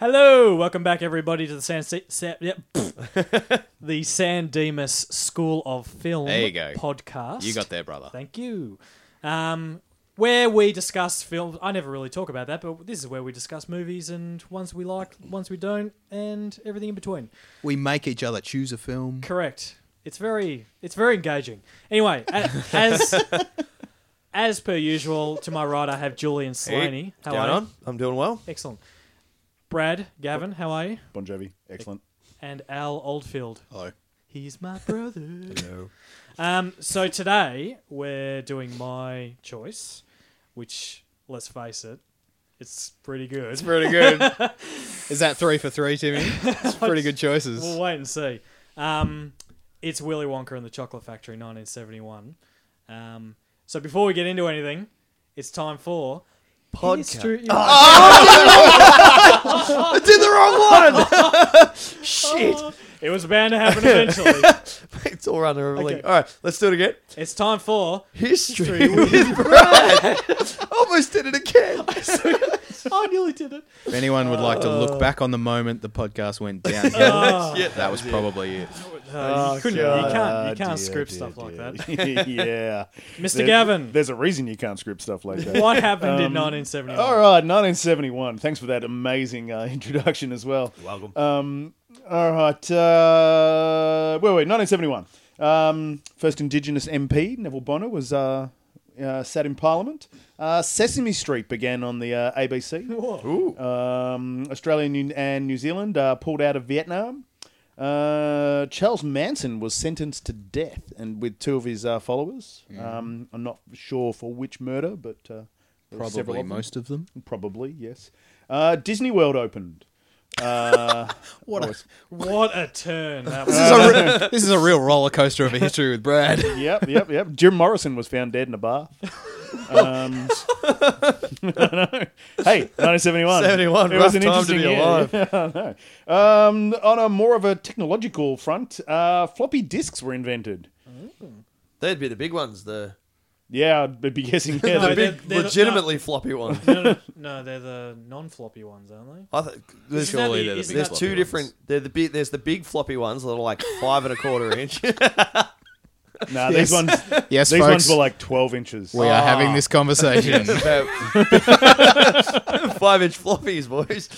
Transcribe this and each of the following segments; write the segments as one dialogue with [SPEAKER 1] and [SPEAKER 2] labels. [SPEAKER 1] Hello, welcome back everybody to the San, Sa- Sa- yep, pfft. the San Dimas School of Film
[SPEAKER 2] There you go.
[SPEAKER 1] podcast.
[SPEAKER 2] You got there, brother.
[SPEAKER 1] Thank you. Um, where we discuss films. I never really talk about that, but this is where we discuss movies and ones we like, ones we don't, and everything in between.
[SPEAKER 3] We make each other choose a film.
[SPEAKER 1] Correct. It's very it's very engaging. Anyway, a- as as per usual, to my right I have Julian Slaney. How
[SPEAKER 2] going
[SPEAKER 1] are you?
[SPEAKER 2] on? I'm doing well.
[SPEAKER 1] Excellent. Brad, Gavin, how are you?
[SPEAKER 4] Bon Jovi, excellent.
[SPEAKER 1] And Al Oldfield.
[SPEAKER 3] Hello.
[SPEAKER 1] He's my brother.
[SPEAKER 3] Hello.
[SPEAKER 1] um, so today we're doing my choice, which let's face it, it's pretty good.
[SPEAKER 2] It's pretty good. Is that three for three, Timmy? It's pretty good choices.
[SPEAKER 1] We'll wait and see. Um, it's Willy Wonka and the Chocolate Factory, 1971. Um, so before we get into anything, it's time for Ah! podcast.
[SPEAKER 3] I did the wrong one.
[SPEAKER 1] shit! It was bound to happen eventually.
[SPEAKER 2] it's all under
[SPEAKER 1] Okay.
[SPEAKER 2] All right, let's do it again.
[SPEAKER 1] it's time for.
[SPEAKER 2] History
[SPEAKER 1] History with
[SPEAKER 2] with Brad. Almost did it again.
[SPEAKER 1] I nearly did it.
[SPEAKER 2] If anyone would like to look back on the moment the podcast went downhill,
[SPEAKER 1] Oh,
[SPEAKER 2] that was probably it.
[SPEAKER 1] uh, you, couldn't, you can't.
[SPEAKER 4] Ah, Oh,
[SPEAKER 1] You can't script stuff like that.
[SPEAKER 4] that. yeah.
[SPEAKER 1] Mr.
[SPEAKER 4] There-
[SPEAKER 1] Gavin.
[SPEAKER 4] There's a reason you can't script stuff like that.
[SPEAKER 1] What happened in 1971?
[SPEAKER 4] All right, 1971. Thanks for that amazing uh, introduction as well.
[SPEAKER 3] Welcome.
[SPEAKER 4] Um, all right. Uh, wait, wait, 1971. Um, first Indigenous MP, Neville Bonner, was uh, uh, sat in Parliament. Uh, Sesame Street began on the uh, ABC.
[SPEAKER 1] Whoa.
[SPEAKER 4] Um, Australia and New- and New Zealand uh, pulled out of Vietnam. Uh, Charles Manson was sentenced to death, and with two of his uh, followers.
[SPEAKER 2] Mm.
[SPEAKER 4] Um, I'm not sure for which murder, but uh, there were several
[SPEAKER 2] Probably
[SPEAKER 4] of them.
[SPEAKER 2] most of them.
[SPEAKER 4] Probably yes. Uh, Disney World opened. Uh,
[SPEAKER 2] What
[SPEAKER 4] was-
[SPEAKER 1] What a turn that was.
[SPEAKER 2] This is, a re- this is a real roller coaster of a history with Brad.
[SPEAKER 4] yep, yep, yep. Jim Morrison was found dead in a bath. Um, I know. Hey, 1971.
[SPEAKER 2] 71,
[SPEAKER 4] It
[SPEAKER 2] rough
[SPEAKER 4] was an
[SPEAKER 2] time to
[SPEAKER 4] interesting
[SPEAKER 2] be
[SPEAKER 4] year.
[SPEAKER 2] alive.
[SPEAKER 4] Yeah, I know. um, on a more of a technological front, uh, floppy disks were invented.
[SPEAKER 5] They'd be the big ones, the
[SPEAKER 4] Yeah, I'd be guessing. Yeah,
[SPEAKER 1] No,
[SPEAKER 4] the big-
[SPEAKER 1] they're- they're the-
[SPEAKER 5] legitimately floppy ones.
[SPEAKER 1] No, no, no, they're the non-floppy ones, aren't they?
[SPEAKER 5] I th-
[SPEAKER 1] Isn't
[SPEAKER 5] there's
[SPEAKER 1] that the- isn't
[SPEAKER 5] there's
[SPEAKER 1] that-
[SPEAKER 5] two different. They're the big, there's the big floppy ones that are like five and a quarter inch.
[SPEAKER 4] nah, these ones,
[SPEAKER 2] Yes,
[SPEAKER 4] these
[SPEAKER 2] folks.
[SPEAKER 4] ones were like 12 inches.
[SPEAKER 2] we are
[SPEAKER 1] "Ah."
[SPEAKER 2] having this conversation.
[SPEAKER 5] five inch floppies, boys.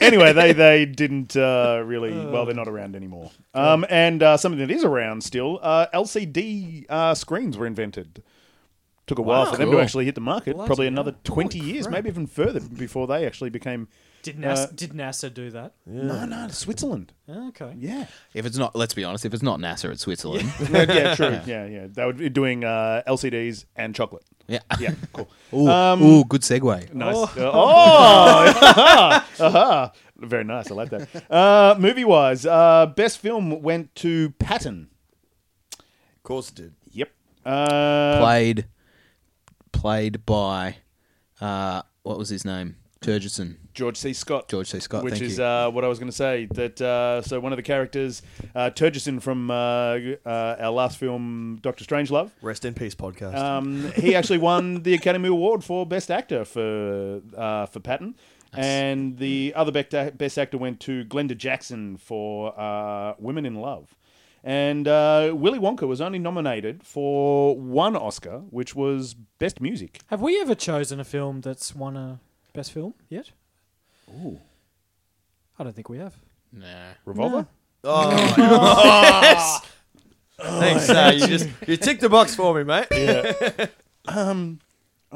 [SPEAKER 4] anyway, they they didn't uh, really. Well, they're not around anymore. Um, and uh, something that is around still, uh, LCD uh, screens were invented. Took a while for them
[SPEAKER 2] Cool.
[SPEAKER 4] to actually hit the market.
[SPEAKER 1] Bloody
[SPEAKER 4] Probably another
[SPEAKER 1] hell.
[SPEAKER 4] twenty years, maybe even further, before they actually became.
[SPEAKER 1] Did
[SPEAKER 4] Uh,
[SPEAKER 1] NASA, did NASA do that?
[SPEAKER 4] No, no, Switzerland.
[SPEAKER 1] Okay.
[SPEAKER 4] Yeah,
[SPEAKER 2] if it's not, let's be honest, if it's not NASA, it's Switzerland.
[SPEAKER 4] yeah, true. Yeah, yeah. They were doing uh, LCDs and chocolate.
[SPEAKER 2] Yeah.
[SPEAKER 4] Yeah, cool.
[SPEAKER 2] Ooh,
[SPEAKER 4] Um,
[SPEAKER 2] ooh, good segue.
[SPEAKER 4] Nice. Uh, oh, aha. very nice. I like that. Uh, movie wise, uh, best film went to Patton.
[SPEAKER 5] Of course it did.
[SPEAKER 4] Yep. Uh,
[SPEAKER 2] played played by uh, what was his name? Turgidson.
[SPEAKER 4] George C. Scott.
[SPEAKER 2] George C. Scott.
[SPEAKER 4] Which
[SPEAKER 2] thank
[SPEAKER 4] is
[SPEAKER 2] you.
[SPEAKER 4] Uh, what I was going to say. That uh, so one of the characters, uh, Turgeson from uh, uh, our last film, Doctor Strangelove.
[SPEAKER 5] Rest in peace, podcast.
[SPEAKER 4] Um, he actually won the Academy Award for Best Actor for uh, for Patton, and the other bec- Best Actor went to Glenda Jackson for uh, Women in Love. And uh, Willy Wonka was only nominated for one Oscar, which was Best Music.
[SPEAKER 1] Have we ever chosen a film that's won a best film yet?
[SPEAKER 4] Ooh,
[SPEAKER 1] I don't think we have.
[SPEAKER 2] Nah.
[SPEAKER 4] Revolver.
[SPEAKER 5] oh, yes. Thanks, uh, you just you ticked the box for me, mate.
[SPEAKER 4] I'm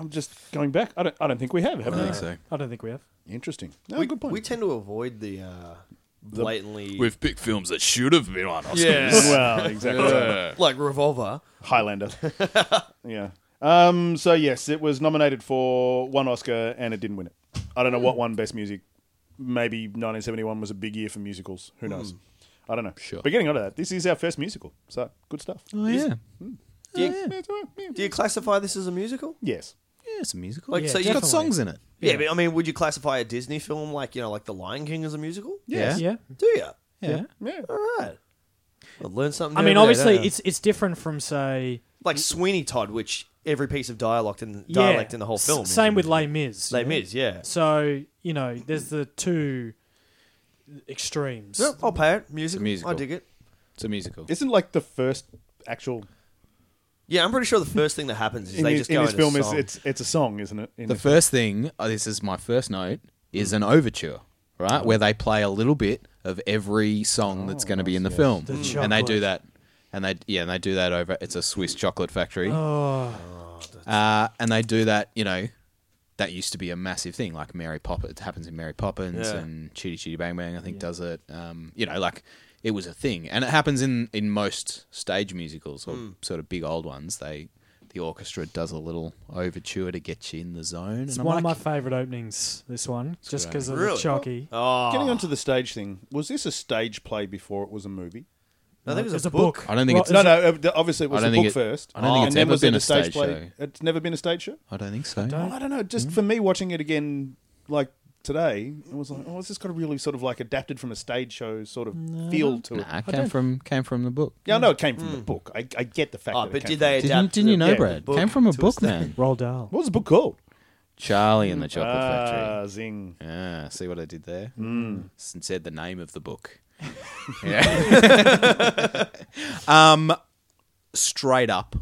[SPEAKER 4] just going back. I don't. I don't think we have. Have
[SPEAKER 2] I
[SPEAKER 4] we?
[SPEAKER 2] think so.
[SPEAKER 1] I don't think we have.
[SPEAKER 4] Interesting. No,
[SPEAKER 5] we,
[SPEAKER 4] good point.
[SPEAKER 5] we tend to avoid the uh, blatantly
[SPEAKER 2] picked films that should have been on Oscars.
[SPEAKER 5] yeah,
[SPEAKER 4] well, exactly.
[SPEAKER 5] like revolver.
[SPEAKER 4] Highlander. yeah. Um. So yes, it was nominated for one Oscar and it didn't win it. I don't know what won Best Music. Maybe 1971 was a big year for musicals. Who knows? I don't know.
[SPEAKER 2] Sure.
[SPEAKER 4] But getting on to that, this is our first musical, so good stuff. Hmm.
[SPEAKER 2] Oh yeah.
[SPEAKER 5] Do you, do you classify this as a musical?
[SPEAKER 4] Yes.
[SPEAKER 2] Yeah, it's a musical.
[SPEAKER 5] Like,
[SPEAKER 1] Yeah,
[SPEAKER 5] so
[SPEAKER 2] it's
[SPEAKER 5] you
[SPEAKER 2] got songs in it.
[SPEAKER 5] Yeah, but I mean, would you classify a Disney film like you know, like The Lion King as a musical?
[SPEAKER 2] Yeah.
[SPEAKER 1] Yeah.
[SPEAKER 5] Do you?
[SPEAKER 2] Yeah.
[SPEAKER 4] Yeah.
[SPEAKER 5] All right. Well, learn something.
[SPEAKER 1] I
[SPEAKER 5] new
[SPEAKER 1] mean,
[SPEAKER 5] every day,
[SPEAKER 1] obviously,
[SPEAKER 5] don't you?
[SPEAKER 1] it's it's different from say
[SPEAKER 5] like Sweeney Todd, which every piece of dialect in
[SPEAKER 1] yeah,
[SPEAKER 5] dialect in the whole
[SPEAKER 1] S-
[SPEAKER 5] film.
[SPEAKER 1] Same
[SPEAKER 5] is
[SPEAKER 1] with Les Mis.
[SPEAKER 5] Les
[SPEAKER 1] you know?
[SPEAKER 5] Mis, yeah.
[SPEAKER 1] So you know, there's the two extremes.
[SPEAKER 5] Yep, I'll pay it. Music.
[SPEAKER 2] It's a musical.
[SPEAKER 5] I dig it.
[SPEAKER 2] It's a musical.
[SPEAKER 4] Isn't like the first actual
[SPEAKER 5] Yeah, I'm pretty sure the first thing that happens is
[SPEAKER 4] in
[SPEAKER 5] they
[SPEAKER 4] this,
[SPEAKER 5] just go
[SPEAKER 4] in this
[SPEAKER 5] into
[SPEAKER 4] film is
[SPEAKER 5] song.
[SPEAKER 4] it's it's a song, isn't it? In
[SPEAKER 2] The
[SPEAKER 4] this-
[SPEAKER 2] first thing, oh, this is my first note, is an overture, right? Where they play a little bit of every song that's going to be in the film,
[SPEAKER 1] Oh, The
[SPEAKER 2] and they
[SPEAKER 1] chocolate.
[SPEAKER 2] do that, and they yeah, and they do that over. It's a Swiss chocolate factory,
[SPEAKER 1] Oh,
[SPEAKER 2] uh, and they do that. You know, that used to be a massive thing. Like Mary Poppins, it happens in Mary Poppins
[SPEAKER 5] Yeah.
[SPEAKER 2] and Chitty Chitty Bang Bang. I think does it. Um, you know, like it was a thing, and it happens in in most stage musicals or sort of big old ones. They the orchestra does a little overture to get you in the zone.
[SPEAKER 1] it's
[SPEAKER 2] and I'm
[SPEAKER 1] one of my
[SPEAKER 2] like,
[SPEAKER 1] favourite openings. This one, just
[SPEAKER 2] good,
[SPEAKER 1] because of
[SPEAKER 5] Really?
[SPEAKER 1] the chalky.
[SPEAKER 5] Oh,
[SPEAKER 4] Getting onto the stage thing, was this a stage play before it was a movie?
[SPEAKER 5] I think it was
[SPEAKER 1] It's
[SPEAKER 5] a book.
[SPEAKER 2] I don't think
[SPEAKER 1] Ro-
[SPEAKER 2] it's-
[SPEAKER 4] No, no. uh, th- Obviously, it was
[SPEAKER 2] I
[SPEAKER 4] a
[SPEAKER 2] don't think
[SPEAKER 4] book
[SPEAKER 2] it-
[SPEAKER 4] first.
[SPEAKER 2] I don't think
[SPEAKER 4] and
[SPEAKER 2] it's
[SPEAKER 4] then
[SPEAKER 2] ever
[SPEAKER 4] was it
[SPEAKER 2] been
[SPEAKER 4] a
[SPEAKER 2] a
[SPEAKER 4] stage
[SPEAKER 2] stage
[SPEAKER 4] play.
[SPEAKER 2] show. Hmm?
[SPEAKER 4] It's never been a stage show.
[SPEAKER 2] I don't think so.
[SPEAKER 1] don't-
[SPEAKER 4] I don't know. Just for me, watching it again, like today, it was like, oh, this has got a really sort of like adapted from a stage show sort of feel to it.
[SPEAKER 2] Nah, it came from came from the book.
[SPEAKER 4] Yeah, I know it came from the book. I, I get the fact.
[SPEAKER 5] Oh,
[SPEAKER 4] that it
[SPEAKER 5] but
[SPEAKER 4] came
[SPEAKER 5] did
[SPEAKER 4] from-
[SPEAKER 5] they
[SPEAKER 2] Didn't,
[SPEAKER 5] adapt?
[SPEAKER 2] didn't you know,
[SPEAKER 5] the-
[SPEAKER 2] Brad?
[SPEAKER 5] book
[SPEAKER 2] Came from a
[SPEAKER 5] to
[SPEAKER 2] book,
[SPEAKER 5] sta-
[SPEAKER 2] man.
[SPEAKER 1] Roll Dahl.
[SPEAKER 4] What was the book called?
[SPEAKER 2] Charlie and the Chocolate
[SPEAKER 4] Ah,
[SPEAKER 2] Factory.
[SPEAKER 4] zing.
[SPEAKER 2] Yeah, Ah, see what I did there? S- and Said the name of the book. yeah. um, straight up,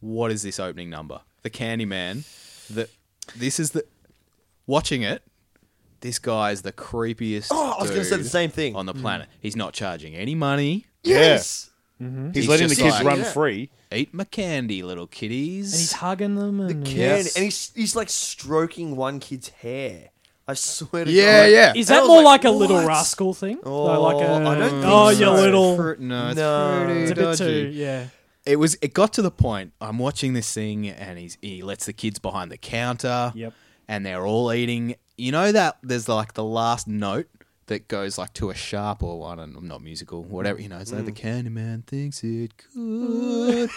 [SPEAKER 2] what is this opening number? The Candyman. The this is the watching it. This guy is the creepiest.
[SPEAKER 5] Oh, I was gonna say the
[SPEAKER 2] dude
[SPEAKER 5] same thing.
[SPEAKER 2] on the planet. He's not charging any money.
[SPEAKER 5] Yes.
[SPEAKER 4] He's, letting the
[SPEAKER 2] just
[SPEAKER 4] kids
[SPEAKER 2] like-
[SPEAKER 4] run
[SPEAKER 5] Yeah.
[SPEAKER 4] free.
[SPEAKER 2] Eat my candy, little kiddies.
[SPEAKER 1] And he's hugging them. And
[SPEAKER 5] Can,
[SPEAKER 2] Yes.
[SPEAKER 5] And he's he's like stroking one kid's hair. I swear to
[SPEAKER 2] Yeah,
[SPEAKER 5] God.
[SPEAKER 2] yeah.
[SPEAKER 1] Is
[SPEAKER 5] And I
[SPEAKER 1] that
[SPEAKER 5] was
[SPEAKER 1] more like, a little
[SPEAKER 5] what?
[SPEAKER 1] rascal thing?
[SPEAKER 5] Oh,
[SPEAKER 1] Though, like a,
[SPEAKER 5] I don't think
[SPEAKER 1] oh,
[SPEAKER 5] so.
[SPEAKER 1] you little.
[SPEAKER 2] Fruit- no, it's
[SPEAKER 5] No.
[SPEAKER 2] pretty
[SPEAKER 1] it's a bit
[SPEAKER 2] dodgy.
[SPEAKER 1] too. Yeah.
[SPEAKER 2] It was. It got to the point. I'm watching this thing, and he's he lets the kids behind the counter.
[SPEAKER 1] Yep.
[SPEAKER 2] And they're all eating. You know that there's like the last note that goes like to a sharp or I don't know, not musical, whatever. You know, it's like the Candyman thinks it good.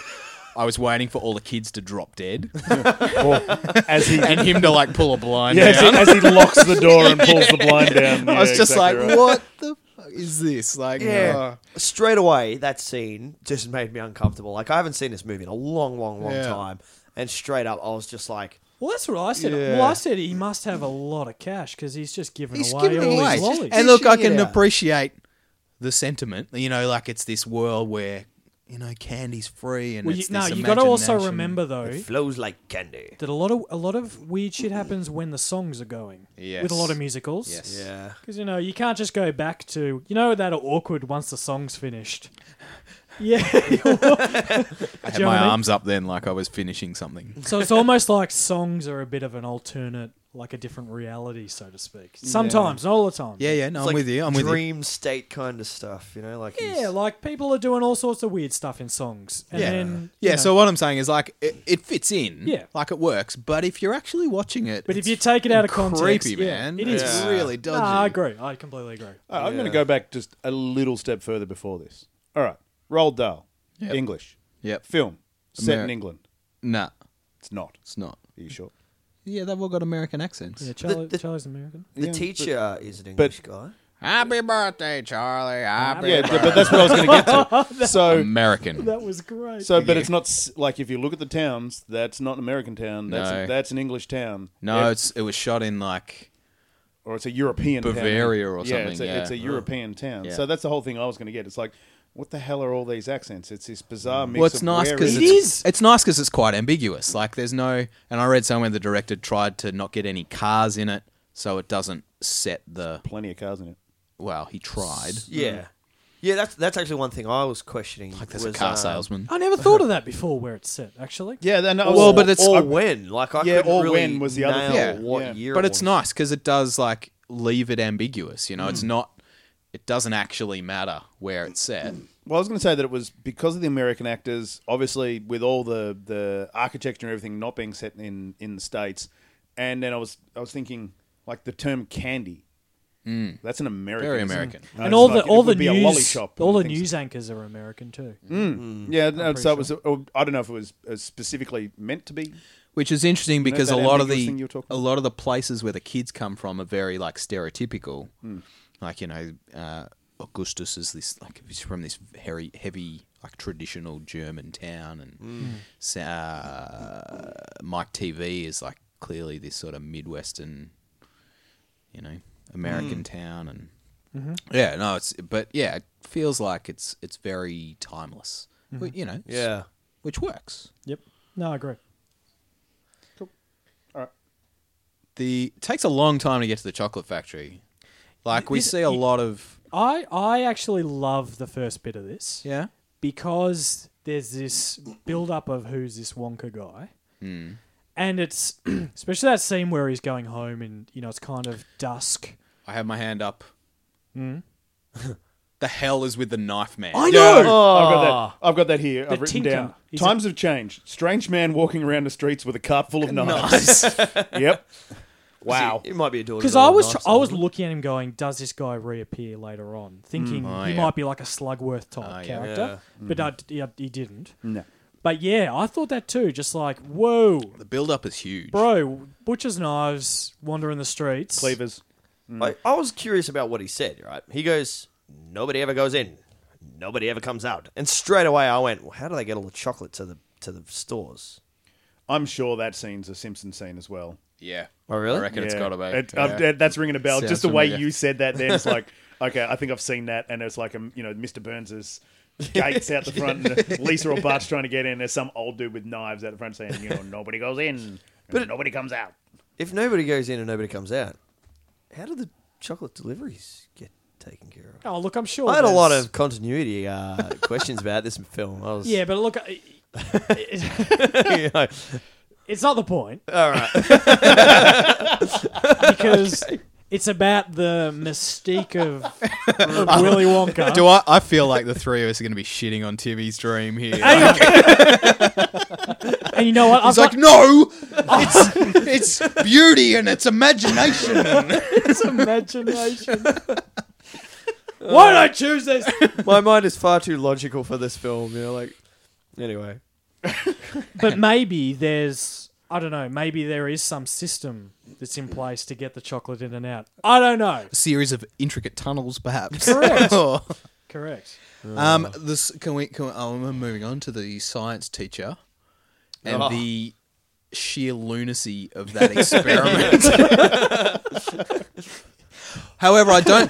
[SPEAKER 2] I was waiting for all the kids to drop dead
[SPEAKER 4] Or as he
[SPEAKER 2] and him to like pull a blind.
[SPEAKER 4] yeah, as,
[SPEAKER 2] down.
[SPEAKER 4] he, as he locks the door and pulls the blind down.
[SPEAKER 2] I was just like,
[SPEAKER 4] what?
[SPEAKER 2] what the fuck is this? Like,
[SPEAKER 5] Yeah.
[SPEAKER 2] uh,
[SPEAKER 5] Straight away, that scene just made me uncomfortable. Like, I haven't seen this movie in a long, long, long
[SPEAKER 2] Yeah.
[SPEAKER 5] time. And straight up, I was just like,
[SPEAKER 1] Well, that's what I said.
[SPEAKER 2] Yeah.
[SPEAKER 1] Well, I said he must have a lot of cash because he's just giving
[SPEAKER 2] He's
[SPEAKER 1] away
[SPEAKER 2] giving
[SPEAKER 1] all
[SPEAKER 2] away.
[SPEAKER 1] his lollies.
[SPEAKER 2] And look, I
[SPEAKER 5] dishing it
[SPEAKER 2] can
[SPEAKER 5] out.
[SPEAKER 2] appreciate the sentiment. You know, like it's this world where you know candy's free and
[SPEAKER 1] well, you,
[SPEAKER 2] it's
[SPEAKER 1] no,
[SPEAKER 2] this
[SPEAKER 1] you got to also
[SPEAKER 2] imagination.
[SPEAKER 1] remember though
[SPEAKER 5] it flows like candy.
[SPEAKER 1] that a lot of a lot of weird shit happens when the songs are going. With a lot of
[SPEAKER 2] Yes.
[SPEAKER 1] musicals.
[SPEAKER 2] Yes.
[SPEAKER 5] Yeah.
[SPEAKER 1] Because you know you can't just go back to you know that are awkward once the song's finished. Yeah.
[SPEAKER 2] I
[SPEAKER 1] Do
[SPEAKER 2] had
[SPEAKER 1] you know
[SPEAKER 2] my
[SPEAKER 1] what I mean?
[SPEAKER 2] arms up then, like I was finishing something.
[SPEAKER 1] so it's almost like songs are a bit of an alternate, like a different reality, so to speak. Sometimes, not all the time.
[SPEAKER 2] Yeah, yeah, no,
[SPEAKER 5] It's
[SPEAKER 2] I'm
[SPEAKER 5] like
[SPEAKER 2] with you. I'm with you.
[SPEAKER 5] dream state kind of stuff, you know? Like,
[SPEAKER 1] Yeah,
[SPEAKER 5] he's-
[SPEAKER 1] like people are doing all sorts of weird stuff in songs. And
[SPEAKER 2] Yeah.
[SPEAKER 1] Then,
[SPEAKER 2] Yeah,
[SPEAKER 1] you know,
[SPEAKER 2] so what I'm saying is like it, it fits in,
[SPEAKER 1] Yeah.
[SPEAKER 2] like it works. But if you're actually watching it,
[SPEAKER 1] But if
[SPEAKER 2] it's
[SPEAKER 1] you take it out of
[SPEAKER 2] creepy,
[SPEAKER 1] context, yeah,
[SPEAKER 2] man.
[SPEAKER 1] it
[SPEAKER 2] it's
[SPEAKER 1] is.
[SPEAKER 2] really dodgy.
[SPEAKER 1] Nah, I agree. I completely agree.
[SPEAKER 4] All right, I'm going to go back just a little step further before this. All right, Roald Dahl,
[SPEAKER 2] Yep.
[SPEAKER 4] English
[SPEAKER 2] Yep.
[SPEAKER 4] film set in
[SPEAKER 2] Ameri-
[SPEAKER 4] England.
[SPEAKER 2] Nah,
[SPEAKER 4] It's not.
[SPEAKER 2] it's not.
[SPEAKER 4] Are you sure?
[SPEAKER 2] Yeah, they've all got American accents.
[SPEAKER 1] Yeah, Charlie,
[SPEAKER 5] the-
[SPEAKER 1] Charlie's American.
[SPEAKER 5] The
[SPEAKER 4] Yeah,
[SPEAKER 5] teacher is an English guy.
[SPEAKER 2] Happy birthday, Charlie. Happy
[SPEAKER 4] Yeah, but that's what I was going to get to. So,
[SPEAKER 2] American.
[SPEAKER 1] That was great.
[SPEAKER 4] so, but it's not s- like if you look at the towns, that's not an American town. That's
[SPEAKER 2] No.
[SPEAKER 4] that's an English town.
[SPEAKER 2] No,
[SPEAKER 4] Ev-
[SPEAKER 2] it's it was shot in like
[SPEAKER 4] or it's a European town.
[SPEAKER 2] Bavaria or
[SPEAKER 4] Yeah, it's a,
[SPEAKER 2] something, yeah.
[SPEAKER 4] it's a European town.
[SPEAKER 2] Yeah.
[SPEAKER 4] So that's the whole thing I was going to get. It's like, what the hell are all these accents? It's this bizarre mix.
[SPEAKER 2] Well, it's
[SPEAKER 4] of
[SPEAKER 2] nice
[SPEAKER 4] where
[SPEAKER 2] because
[SPEAKER 1] It
[SPEAKER 2] it's,
[SPEAKER 1] is.
[SPEAKER 2] it's nice 'cause it's quite ambiguous. Like there's no, and I read somewhere the director tried to not get any cars in it, so it doesn't set the.
[SPEAKER 4] plenty of cars in it.
[SPEAKER 2] Well, he tried.
[SPEAKER 5] Yeah. Yeah, that's that's actually one thing I was questioning.
[SPEAKER 2] Mm. Like there's
[SPEAKER 5] was,
[SPEAKER 2] a car
[SPEAKER 5] um,
[SPEAKER 2] salesman.
[SPEAKER 1] I never thought of that before. Where it's set, actually.
[SPEAKER 4] Yeah, then Oh, I was-
[SPEAKER 2] Well, but it's-
[SPEAKER 5] Or
[SPEAKER 2] I-
[SPEAKER 5] when. Like, I
[SPEAKER 4] Yeah,
[SPEAKER 5] couldn't
[SPEAKER 4] or
[SPEAKER 5] really
[SPEAKER 4] when was the other
[SPEAKER 5] nail
[SPEAKER 4] thing.
[SPEAKER 2] Yeah.
[SPEAKER 5] what
[SPEAKER 4] Yeah.
[SPEAKER 5] year
[SPEAKER 2] But
[SPEAKER 5] it
[SPEAKER 2] it's
[SPEAKER 5] was.
[SPEAKER 2] nice because it does like leave it ambiguous. You know, it's not. It doesn't actually matter where it's set.
[SPEAKER 4] Well, I was going to say that it was because of the American actors, obviously, with all the, the architecture and everything not being set in, in the states. And then I was I was thinking, like the term candy. Mm. That's an American.
[SPEAKER 2] Very
[SPEAKER 4] isn't it?
[SPEAKER 2] American.
[SPEAKER 4] No,
[SPEAKER 1] and
[SPEAKER 4] it's
[SPEAKER 1] all
[SPEAKER 4] like,
[SPEAKER 1] the
[SPEAKER 4] it
[SPEAKER 1] all the
[SPEAKER 4] would be a lolly
[SPEAKER 1] news
[SPEAKER 4] shop
[SPEAKER 1] all
[SPEAKER 4] and
[SPEAKER 1] the
[SPEAKER 4] things. Mm.
[SPEAKER 1] news anchors are American too.
[SPEAKER 2] Mm.
[SPEAKER 4] Yeah, no,
[SPEAKER 1] pretty
[SPEAKER 4] so it was. I don't know if it was uh, specifically meant to be.
[SPEAKER 2] Which is interesting
[SPEAKER 4] know,
[SPEAKER 2] because
[SPEAKER 4] that
[SPEAKER 2] a lot of
[SPEAKER 4] ambiguous
[SPEAKER 2] the
[SPEAKER 4] thing you were talking
[SPEAKER 2] a lot of the places where the kids come from are very like stereotypical.
[SPEAKER 4] Hmm.
[SPEAKER 2] Like you know, uh, Augustus is this like he's from this very heavy like traditional German town, and Sa- uh, Mike TV is like clearly this sort of midwestern, you know, American
[SPEAKER 4] Hmm.
[SPEAKER 2] Town, and yeah, no, it's but yeah, it feels like it's it's very timeless. But, you know, it's-
[SPEAKER 5] Yeah.
[SPEAKER 2] which works.
[SPEAKER 1] Yep. No, I agree.
[SPEAKER 2] The it takes a long time to get to the chocolate factory. Like we
[SPEAKER 1] This-
[SPEAKER 2] see a
[SPEAKER 1] you-
[SPEAKER 2] lot of
[SPEAKER 1] I I actually love the first bit of this
[SPEAKER 2] yeah.
[SPEAKER 1] because there's this build up of who's this Wonka guy.
[SPEAKER 4] Hmm.
[SPEAKER 1] And it's especially that scene where he's going home and you know it's kind of dusk.
[SPEAKER 2] I have my hand up. the hell is with the knife man?
[SPEAKER 4] No, I've got that. I've got that here. I've
[SPEAKER 1] Ah. The
[SPEAKER 4] written
[SPEAKER 1] tinker.
[SPEAKER 4] down.
[SPEAKER 1] He's
[SPEAKER 4] Times have changed. Strange man walking around the streets with a cart full of knives.
[SPEAKER 2] Nice.
[SPEAKER 4] yep. Wow.
[SPEAKER 5] It might be a daughter.
[SPEAKER 1] Because I was I was looking at him going, does this guy reappear later on? Thinking
[SPEAKER 2] Oh,
[SPEAKER 1] he
[SPEAKER 2] yeah.
[SPEAKER 1] might be like a Slugworth type
[SPEAKER 2] Oh, yeah.
[SPEAKER 1] character, but I d- yeah, he didn't.
[SPEAKER 4] No.
[SPEAKER 1] But yeah, I thought that too. Just like, whoa,
[SPEAKER 2] the build up is huge.
[SPEAKER 1] bro, butcher's knives wandering the streets.
[SPEAKER 4] Cleavers.
[SPEAKER 5] Like, Mm. I was curious about what he said, right? He goes, Nobody ever goes in. Nobody ever comes out. And straight away I went, well, how do they get all the chocolate to the to the stores?
[SPEAKER 4] I'm sure that scene's a Simpson scene as well.
[SPEAKER 2] Yeah.
[SPEAKER 5] Oh, really?
[SPEAKER 2] I reckon it's
[SPEAKER 4] Yeah.
[SPEAKER 2] got to be.
[SPEAKER 4] It-
[SPEAKER 2] Yeah.
[SPEAKER 4] I've- that- that's ringing a bell.
[SPEAKER 2] Sounds
[SPEAKER 4] Just the way
[SPEAKER 2] familiar.
[SPEAKER 4] you said that, then it's like, okay, I think I've seen that, and it's like, um, you know, Mr. Burns's gates out the front, and Lisa or Bart's trying to get in. There's some old dude with knives out the front saying, you know, nobody goes in, but nobody comes out.
[SPEAKER 5] If nobody goes in and nobody comes out, how do the chocolate deliveries get taken care of?
[SPEAKER 1] Oh, look, I'm sure.
[SPEAKER 5] I had a lot
[SPEAKER 1] there's-
[SPEAKER 5] of continuity uh, questions about this film. I was
[SPEAKER 1] Yeah, but look, uh, I- it-
[SPEAKER 5] you know,
[SPEAKER 1] it's not the point. All right. because it's about the mystique of, of Willy Wonka.
[SPEAKER 2] Do I? I feel like the three of us are going to be shitting on Timmy's dream here.
[SPEAKER 1] and you know what? I've
[SPEAKER 2] He's like,
[SPEAKER 1] got,
[SPEAKER 2] no, it's it's beauty and it's imagination.
[SPEAKER 1] it's imagination. Why did I choose this?
[SPEAKER 5] my mind is far too logical for this film. You know, like anyway.
[SPEAKER 1] But maybe there's, I don't know, maybe there is some system that's in place to get the chocolate in and out. I don't know.
[SPEAKER 2] A series of intricate tunnels, perhaps.
[SPEAKER 1] Correct.
[SPEAKER 2] Or-
[SPEAKER 1] Correct. Uh.
[SPEAKER 2] um, this can we? Can we oh, we're moving on to the science teacher and
[SPEAKER 1] Ah.
[SPEAKER 5] Oh.
[SPEAKER 2] the sheer lunacy of that experiment. However, I don't.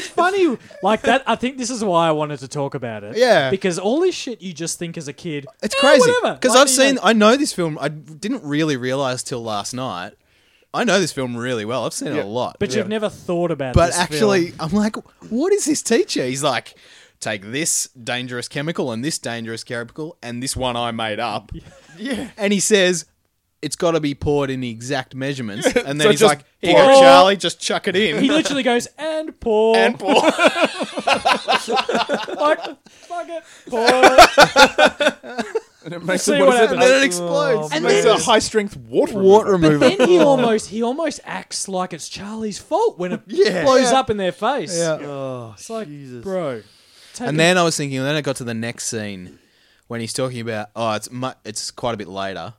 [SPEAKER 1] funny like that i think this is why i wanted to talk about it
[SPEAKER 2] Yeah.
[SPEAKER 1] because all this shit you just think as a kid
[SPEAKER 2] It's
[SPEAKER 1] "Eh,
[SPEAKER 2] crazy
[SPEAKER 1] whatever."
[SPEAKER 2] because
[SPEAKER 1] Like,
[SPEAKER 2] I've
[SPEAKER 1] you
[SPEAKER 2] seen.
[SPEAKER 1] know,
[SPEAKER 2] I know this film. I didn't really realize till last night. I know this film really well. I've seen
[SPEAKER 4] Yeah.
[SPEAKER 2] it a lot.
[SPEAKER 1] but you've never thought about
[SPEAKER 2] But
[SPEAKER 1] this
[SPEAKER 2] actually,
[SPEAKER 1] film.
[SPEAKER 2] I'm like, what is this teacher? He's like, take this dangerous chemical and this dangerous chemical and this one I made up. Yeah. And he says, it's got to be poured in the exact measurements. And then
[SPEAKER 4] So
[SPEAKER 2] he's
[SPEAKER 4] just
[SPEAKER 2] like, here you
[SPEAKER 1] pour-
[SPEAKER 2] go, Charlie, just chuck it
[SPEAKER 1] he
[SPEAKER 2] in.
[SPEAKER 1] literally goes and pour
[SPEAKER 2] and pour.
[SPEAKER 1] like, fuck it pour
[SPEAKER 4] And it Oh, makes
[SPEAKER 1] See
[SPEAKER 4] it, what
[SPEAKER 1] what
[SPEAKER 4] is
[SPEAKER 1] happens.
[SPEAKER 4] it?
[SPEAKER 2] and then it explodes.
[SPEAKER 1] And
[SPEAKER 4] Makes
[SPEAKER 1] then-
[SPEAKER 4] a high strength water.
[SPEAKER 2] water
[SPEAKER 4] remover.
[SPEAKER 2] remover.
[SPEAKER 1] then he almost he almost acts like it's charlie's fault when it blows up in their face
[SPEAKER 5] Oh,
[SPEAKER 1] it's like
[SPEAKER 5] Jesus.
[SPEAKER 1] bro take
[SPEAKER 2] And
[SPEAKER 1] it-
[SPEAKER 2] then I was thinking, and then it got to the next scene when he's talking about, oh, it's mu- it's quite a bit later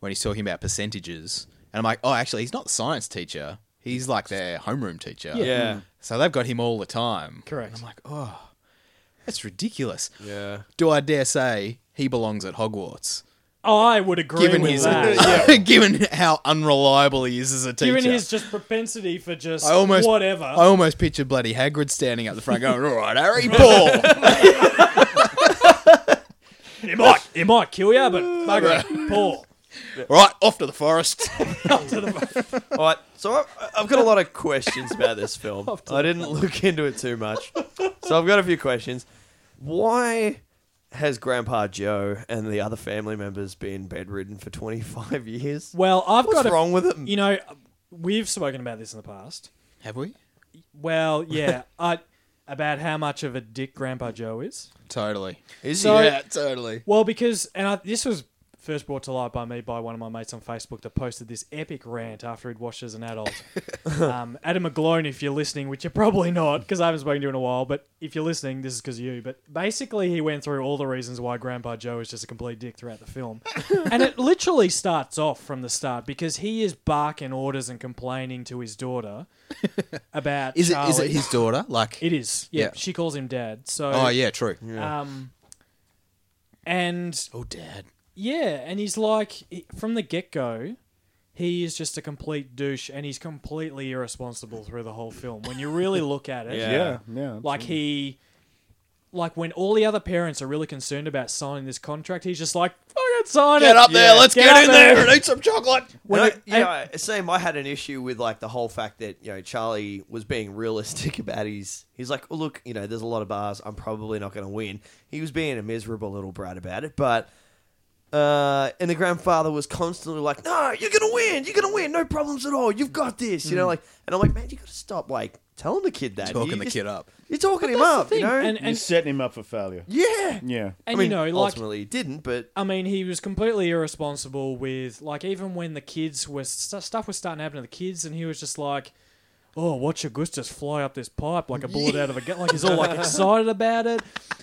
[SPEAKER 2] when he's talking about percentages. And I'm like, oh, actually, he's not the science teacher. He's like their homeroom teacher.
[SPEAKER 5] Yeah.
[SPEAKER 2] So they've got him all the time.
[SPEAKER 1] Correct.
[SPEAKER 2] And I'm like, oh, that's ridiculous.
[SPEAKER 5] Yeah.
[SPEAKER 2] Do I dare say he belongs at Hogwarts?
[SPEAKER 1] i would agree
[SPEAKER 2] Given
[SPEAKER 1] with
[SPEAKER 2] his,
[SPEAKER 1] that
[SPEAKER 2] given how unreliable he is as a teacher.
[SPEAKER 1] given his just propensity for just
[SPEAKER 2] I almost,
[SPEAKER 1] whatever
[SPEAKER 2] I almost picture bloody Hagrid standing up the front going, all right, Harry, ball.
[SPEAKER 1] it might it might kill you but bugger it pour
[SPEAKER 2] all right, off to the forest.
[SPEAKER 5] All right, so I- I've got a lot of questions about this film. I didn't look into it too much, so I've got a few questions. Why has Grandpa Joe and the other family members been bedridden for 25 years?
[SPEAKER 1] well i've
[SPEAKER 5] What's
[SPEAKER 1] got a
[SPEAKER 5] wrong with them?
[SPEAKER 1] You know, we've spoken about this in the past.
[SPEAKER 2] Have we?
[SPEAKER 1] Well, yeah, I, about how much of a dick Grandpa Joe is.
[SPEAKER 2] Totally.
[SPEAKER 5] Is
[SPEAKER 1] so-
[SPEAKER 5] he?
[SPEAKER 2] Yeah, totally.
[SPEAKER 1] Well, because and I, this was first brought to light by me by one of my mates on Facebook that posted this epic rant after he'd watched as an adult. um, Adam McGlone, if you're listening, which you're probably not because I haven't spoken to you in a while, but if you're listening, this is because you. But basically, he went through all the reasons why Grandpa Joe is just a complete dick throughout the film, and it literally starts off from the start because he is barking orders and complaining to his daughter about
[SPEAKER 2] Is it is
[SPEAKER 1] Charlie.
[SPEAKER 2] it his daughter? Like,
[SPEAKER 1] It is. Yeah,
[SPEAKER 2] Yeah.
[SPEAKER 1] she calls him dad. So
[SPEAKER 2] oh yeah, true.
[SPEAKER 1] Um, and
[SPEAKER 2] Oh, dad.
[SPEAKER 1] yeah, and he's like he- from the get go, he is just a complete douche and he's completely irresponsible through the whole film. When you really look at it,
[SPEAKER 5] Yeah.
[SPEAKER 4] yeah, yeah.
[SPEAKER 1] like
[SPEAKER 4] absolutely.
[SPEAKER 1] he, like when all the other parents are really concerned about signing this contract, he's just like, "Fucking sign it!
[SPEAKER 2] Get up there.
[SPEAKER 1] Yeah,
[SPEAKER 2] Let's get,
[SPEAKER 1] up
[SPEAKER 2] in there. and eat some chocolate.
[SPEAKER 1] When
[SPEAKER 5] No,
[SPEAKER 1] it-
[SPEAKER 5] you know, same. I had an issue with like the whole fact that you know Charlie was being realistic about his. He's like, oh, look, you know, there's a lot of bars. I'm probably not going to win. He was being a miserable little brat about it, but. Uh, and the grandfather was constantly like, "No, you're gonna win. You're gonna win. No problems at all. You've got this."
[SPEAKER 1] Mm.
[SPEAKER 5] You know, like, and I'm like, "Man, you gotta stop like telling the kid that.
[SPEAKER 2] Talking
[SPEAKER 5] You
[SPEAKER 2] the
[SPEAKER 5] just-
[SPEAKER 2] kid up.
[SPEAKER 5] You're talking him
[SPEAKER 1] That's the
[SPEAKER 5] up.
[SPEAKER 1] thing.
[SPEAKER 5] You know,
[SPEAKER 1] and,
[SPEAKER 4] You're
[SPEAKER 1] and,
[SPEAKER 4] setting him up for failure.
[SPEAKER 5] yeah.
[SPEAKER 4] Yeah.
[SPEAKER 1] and
[SPEAKER 5] I mean,
[SPEAKER 1] you know, like
[SPEAKER 5] ultimately, he didn't, but
[SPEAKER 1] I mean, he was completely irresponsible with like even when the kids were st- stuff was starting to happen to the kids, and he was just like, "Oh, watch Augustus fly up this pipe like a bullet out of a gun!" Like he's all like excited about it,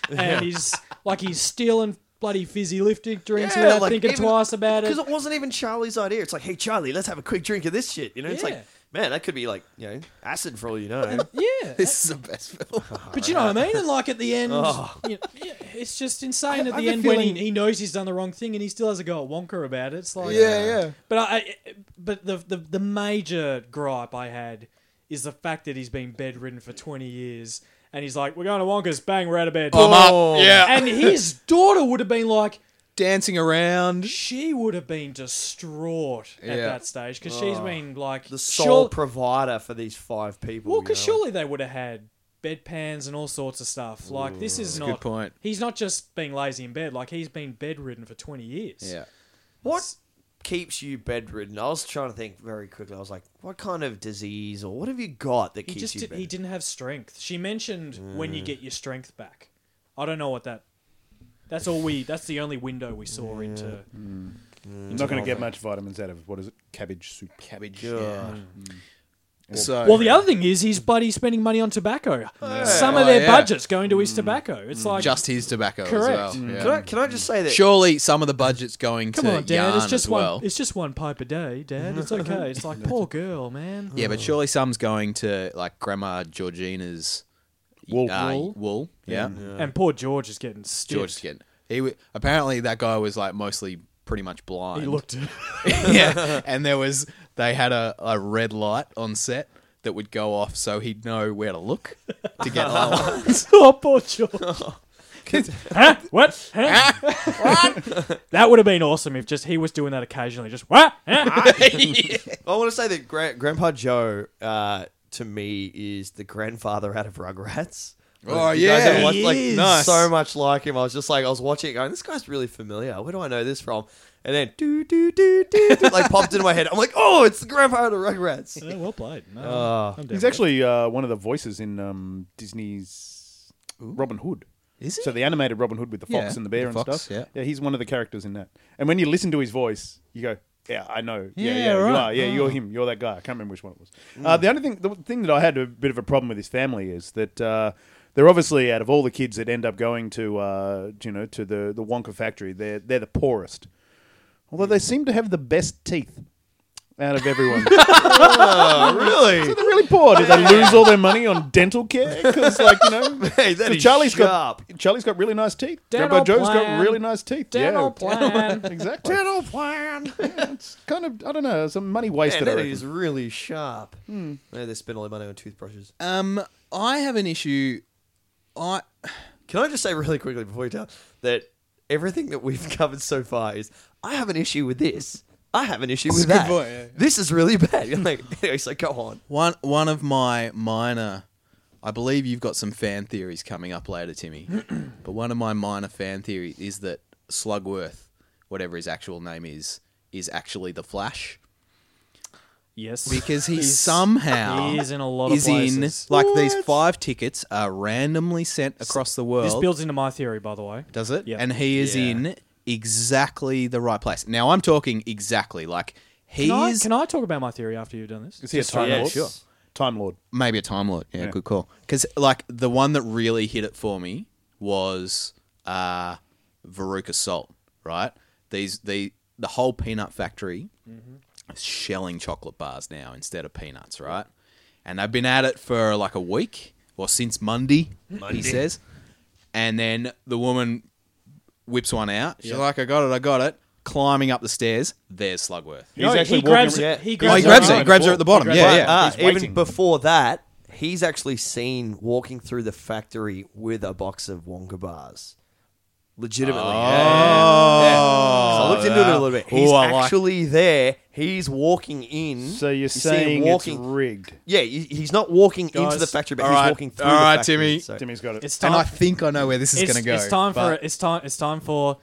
[SPEAKER 1] and he's like he's stealing bloody fizzy lifting drinks
[SPEAKER 5] Yeah,
[SPEAKER 1] without
[SPEAKER 5] like,
[SPEAKER 1] thinking
[SPEAKER 5] even-
[SPEAKER 1] twice about it.
[SPEAKER 5] Because it wasn't even Charlie's idea. It's like, hey, Charlie, let's have a quick drink of this shit. You know, it's
[SPEAKER 1] Yeah.
[SPEAKER 5] like, man, that could be like, you know, acid for all you know.
[SPEAKER 1] yeah,
[SPEAKER 2] This is the best film.
[SPEAKER 1] but you know what I mean. And like at the end,
[SPEAKER 5] Oh.
[SPEAKER 1] you know, yeah, it's just insane. at
[SPEAKER 4] I have
[SPEAKER 1] the
[SPEAKER 4] a
[SPEAKER 1] end, when he,
[SPEAKER 4] feeling-
[SPEAKER 1] he knows he's done the wrong thing, and he still has a go at Wonka about it. It's like,
[SPEAKER 2] yeah.
[SPEAKER 1] But I, I but the, the the major gripe I had is the fact that he's been bedridden for twenty years, and he's like, "We're going to Wonka's, bang, we're out of bed."
[SPEAKER 2] I'm
[SPEAKER 5] Oh.
[SPEAKER 2] up. Yeah.
[SPEAKER 1] and his daughter would have been like,
[SPEAKER 2] Dancing around.
[SPEAKER 1] she would have been distraught at
[SPEAKER 2] Yeah.
[SPEAKER 1] that stage because she's been like
[SPEAKER 5] The sole
[SPEAKER 1] sure-
[SPEAKER 5] provider for these five people.
[SPEAKER 1] well,
[SPEAKER 5] you
[SPEAKER 1] because
[SPEAKER 5] know, like-
[SPEAKER 1] surely they would have had bedpans and all sorts of stuff. Like this is
[SPEAKER 2] a
[SPEAKER 1] not
[SPEAKER 2] good point.
[SPEAKER 1] He's not just being lazy in bed; like he's been bedridden for twenty years.
[SPEAKER 2] Yeah.
[SPEAKER 5] what keeps you bedridden? I was trying to think very quickly. I was like, what kind of disease or what have you got that
[SPEAKER 1] He
[SPEAKER 5] keeps
[SPEAKER 1] just
[SPEAKER 5] you
[SPEAKER 1] did, he
[SPEAKER 5] bedridden?
[SPEAKER 1] didn't have strength. She mentioned when
[SPEAKER 2] Mm.
[SPEAKER 1] you get your strength back. I don't know what that. That's all we. That's the only window we saw into.
[SPEAKER 2] Mm.
[SPEAKER 4] I'm not going to get much vitamins out of what is it? Cabbage soup.
[SPEAKER 2] Cabbage.
[SPEAKER 5] God.
[SPEAKER 2] Yeah. So.
[SPEAKER 1] Well, the other thing is he's bloody spending money on tobacco. Some of
[SPEAKER 2] Oh,
[SPEAKER 1] their
[SPEAKER 2] yeah. Mm.
[SPEAKER 1] budgets going to his tobacco. It's like
[SPEAKER 2] Just his tobacco
[SPEAKER 1] Correct.
[SPEAKER 2] as well. Yeah.
[SPEAKER 5] Can I, can I just say that?
[SPEAKER 2] Surely some of the budget's going
[SPEAKER 1] come
[SPEAKER 2] to
[SPEAKER 1] on, Dad. It's
[SPEAKER 2] yarn
[SPEAKER 1] just
[SPEAKER 2] as well.
[SPEAKER 1] one. It's just one pipe a day, Dad. It's okay. It's like poor girl, man.
[SPEAKER 2] Yeah, but surely some's going to like Grandma Georgina's
[SPEAKER 4] Wool.
[SPEAKER 2] uh,
[SPEAKER 1] Wool?
[SPEAKER 2] wool. Mm. Yeah,
[SPEAKER 1] And poor George is getting stiff.
[SPEAKER 2] George is getting. He w- apparently that guy was like mostly pretty much blind.
[SPEAKER 1] He looked.
[SPEAKER 2] yeah, and there was they had a, a red light on set that would go off so he'd know where to look to get alarms.
[SPEAKER 1] oh, poor George. huh? What? Huh? That would have been awesome if just he was doing that occasionally. Just what? Huh? Ah,
[SPEAKER 5] I want to say that Gra- Grandpa Joe, uh, to me, is the grandfather out of Rugrats.
[SPEAKER 2] Oh,
[SPEAKER 5] You guys
[SPEAKER 2] yeah.
[SPEAKER 5] ever watch-
[SPEAKER 1] He
[SPEAKER 5] like,
[SPEAKER 1] is.
[SPEAKER 2] Nice.
[SPEAKER 5] so much like him. I was just like, I was watching it going, this guy's really familiar. Where do I know this from? And then do do do do do, like popped into my head. I'm like, oh, it's the grandpa out of Rugrats.
[SPEAKER 1] Yeah, uh, well played. No,
[SPEAKER 5] Oh.
[SPEAKER 1] I'm down
[SPEAKER 4] He's
[SPEAKER 1] with it.
[SPEAKER 4] actually uh, one of the voices in um, Disney's Robin Hood.
[SPEAKER 2] Is
[SPEAKER 4] So the animated Robin Hood with the fox
[SPEAKER 2] Yeah,
[SPEAKER 4] and the bear
[SPEAKER 2] the
[SPEAKER 4] and
[SPEAKER 2] fox,
[SPEAKER 4] stuff.
[SPEAKER 2] yeah.
[SPEAKER 4] he's one of the characters in that. And when you listen to his voice, you go, "Yeah, I know. Yeah,
[SPEAKER 2] Yeah,
[SPEAKER 4] yeah, you
[SPEAKER 2] right. Oh. Mm.
[SPEAKER 4] are. Yeah, you're him. You're that guy. I can't remember which one it was." Uh, the only thing, the thing that I had a bit of a problem with his family is that uh, they're obviously out of all the kids that end up going to, uh, you know, to the the Wonka factory, they're they're the poorest. Although they
[SPEAKER 2] Mm.
[SPEAKER 4] seem to have the best teeth out of everyone.
[SPEAKER 5] really?
[SPEAKER 4] They're really poor. Did they lose all their money on dental care? Because, like, you know,
[SPEAKER 5] Hey, that
[SPEAKER 4] 'cause
[SPEAKER 5] is
[SPEAKER 4] Charlie's
[SPEAKER 5] sharp.
[SPEAKER 4] got Charlie's got really nice teeth.
[SPEAKER 1] Dental
[SPEAKER 4] Grandpa Joe's
[SPEAKER 1] plan.
[SPEAKER 4] got really nice teeth.
[SPEAKER 1] Dental
[SPEAKER 4] yeah,
[SPEAKER 1] plan.
[SPEAKER 4] exactly. Dental plan. it's kind of I don't know some money wasted.
[SPEAKER 5] Man,
[SPEAKER 4] I
[SPEAKER 5] that
[SPEAKER 4] reckon.
[SPEAKER 5] is really sharp.
[SPEAKER 1] Hmm.
[SPEAKER 5] Yeah, they spend all their money on toothbrushes.
[SPEAKER 2] Um, I have an issue. I
[SPEAKER 5] Can I just say really quickly before you tell that everything that we've covered so far is I have an issue with this. I have an issue with
[SPEAKER 2] a good
[SPEAKER 5] that.
[SPEAKER 2] point, yeah.
[SPEAKER 5] This is really bad. You're like, anyway, so go on.
[SPEAKER 2] one one of my minor. I believe you've got some fan theories coming up later, Timmy. but one of my minor fan theories is that Slugworth, whatever his actual name is, is actually the Flash
[SPEAKER 1] yes,
[SPEAKER 2] because he
[SPEAKER 1] He's-
[SPEAKER 2] somehow
[SPEAKER 1] he is in a lot of
[SPEAKER 2] is in-
[SPEAKER 1] places.
[SPEAKER 2] like these five tickets are randomly sent across the world.
[SPEAKER 1] This builds into my theory, by the way.
[SPEAKER 2] does it?
[SPEAKER 1] Yeah.
[SPEAKER 2] And he is
[SPEAKER 5] Yeah.
[SPEAKER 2] in exactly the right place. Now I'm talking exactly like he
[SPEAKER 1] Can I,
[SPEAKER 2] is
[SPEAKER 1] can I talk about my theory after you've done this?
[SPEAKER 4] Is he a time
[SPEAKER 5] yeah,
[SPEAKER 4] lord?
[SPEAKER 5] sure.
[SPEAKER 4] Time lord.
[SPEAKER 2] Maybe a Time Lord. Yeah, good call. Because like the one that really hit it for me was uh, Veruca Salt. Right? These the the whole peanut factory
[SPEAKER 1] Mm-hmm.
[SPEAKER 2] is shelling chocolate bars now instead of peanuts. Right? And they've been at it for like a week or since Monday. He says. And then the woman whips one out. She's like, "I got it, I got it." climbing up the stairs. There's Slugworth.
[SPEAKER 4] He's
[SPEAKER 1] No,
[SPEAKER 4] actually
[SPEAKER 1] he grabs
[SPEAKER 4] walking-
[SPEAKER 1] it. He
[SPEAKER 2] Oh,
[SPEAKER 1] grabs,
[SPEAKER 2] he grabs
[SPEAKER 1] her
[SPEAKER 2] it. He
[SPEAKER 1] arm.
[SPEAKER 2] grabs her at the bottom.
[SPEAKER 4] He
[SPEAKER 2] Yeah,
[SPEAKER 4] grabs it.
[SPEAKER 2] yeah.
[SPEAKER 5] Ah,
[SPEAKER 4] He's
[SPEAKER 5] even
[SPEAKER 4] waiting.
[SPEAKER 5] before that, he's actually seen walking through the factory with a box of Wonka bars. Legitimately. Oh. I looked into it a little bit. He's
[SPEAKER 2] Ooh, I like-
[SPEAKER 5] actually there. He's walking in.
[SPEAKER 4] So you're
[SPEAKER 5] You see him
[SPEAKER 4] saying
[SPEAKER 5] walking,
[SPEAKER 4] it's rigged?
[SPEAKER 5] Yeah, he- he's not walking into
[SPEAKER 1] Guys,
[SPEAKER 5] the factory, but
[SPEAKER 2] all
[SPEAKER 5] he's
[SPEAKER 2] right,
[SPEAKER 5] walking through
[SPEAKER 2] all
[SPEAKER 5] the
[SPEAKER 2] right,
[SPEAKER 5] factory.
[SPEAKER 2] Timmy.
[SPEAKER 5] so-
[SPEAKER 4] Timmy's got it.
[SPEAKER 1] It's time.
[SPEAKER 2] And I think I know where this is
[SPEAKER 1] it's,
[SPEAKER 2] going to go.
[SPEAKER 1] it's time for
[SPEAKER 2] but-
[SPEAKER 1] it's time it's time for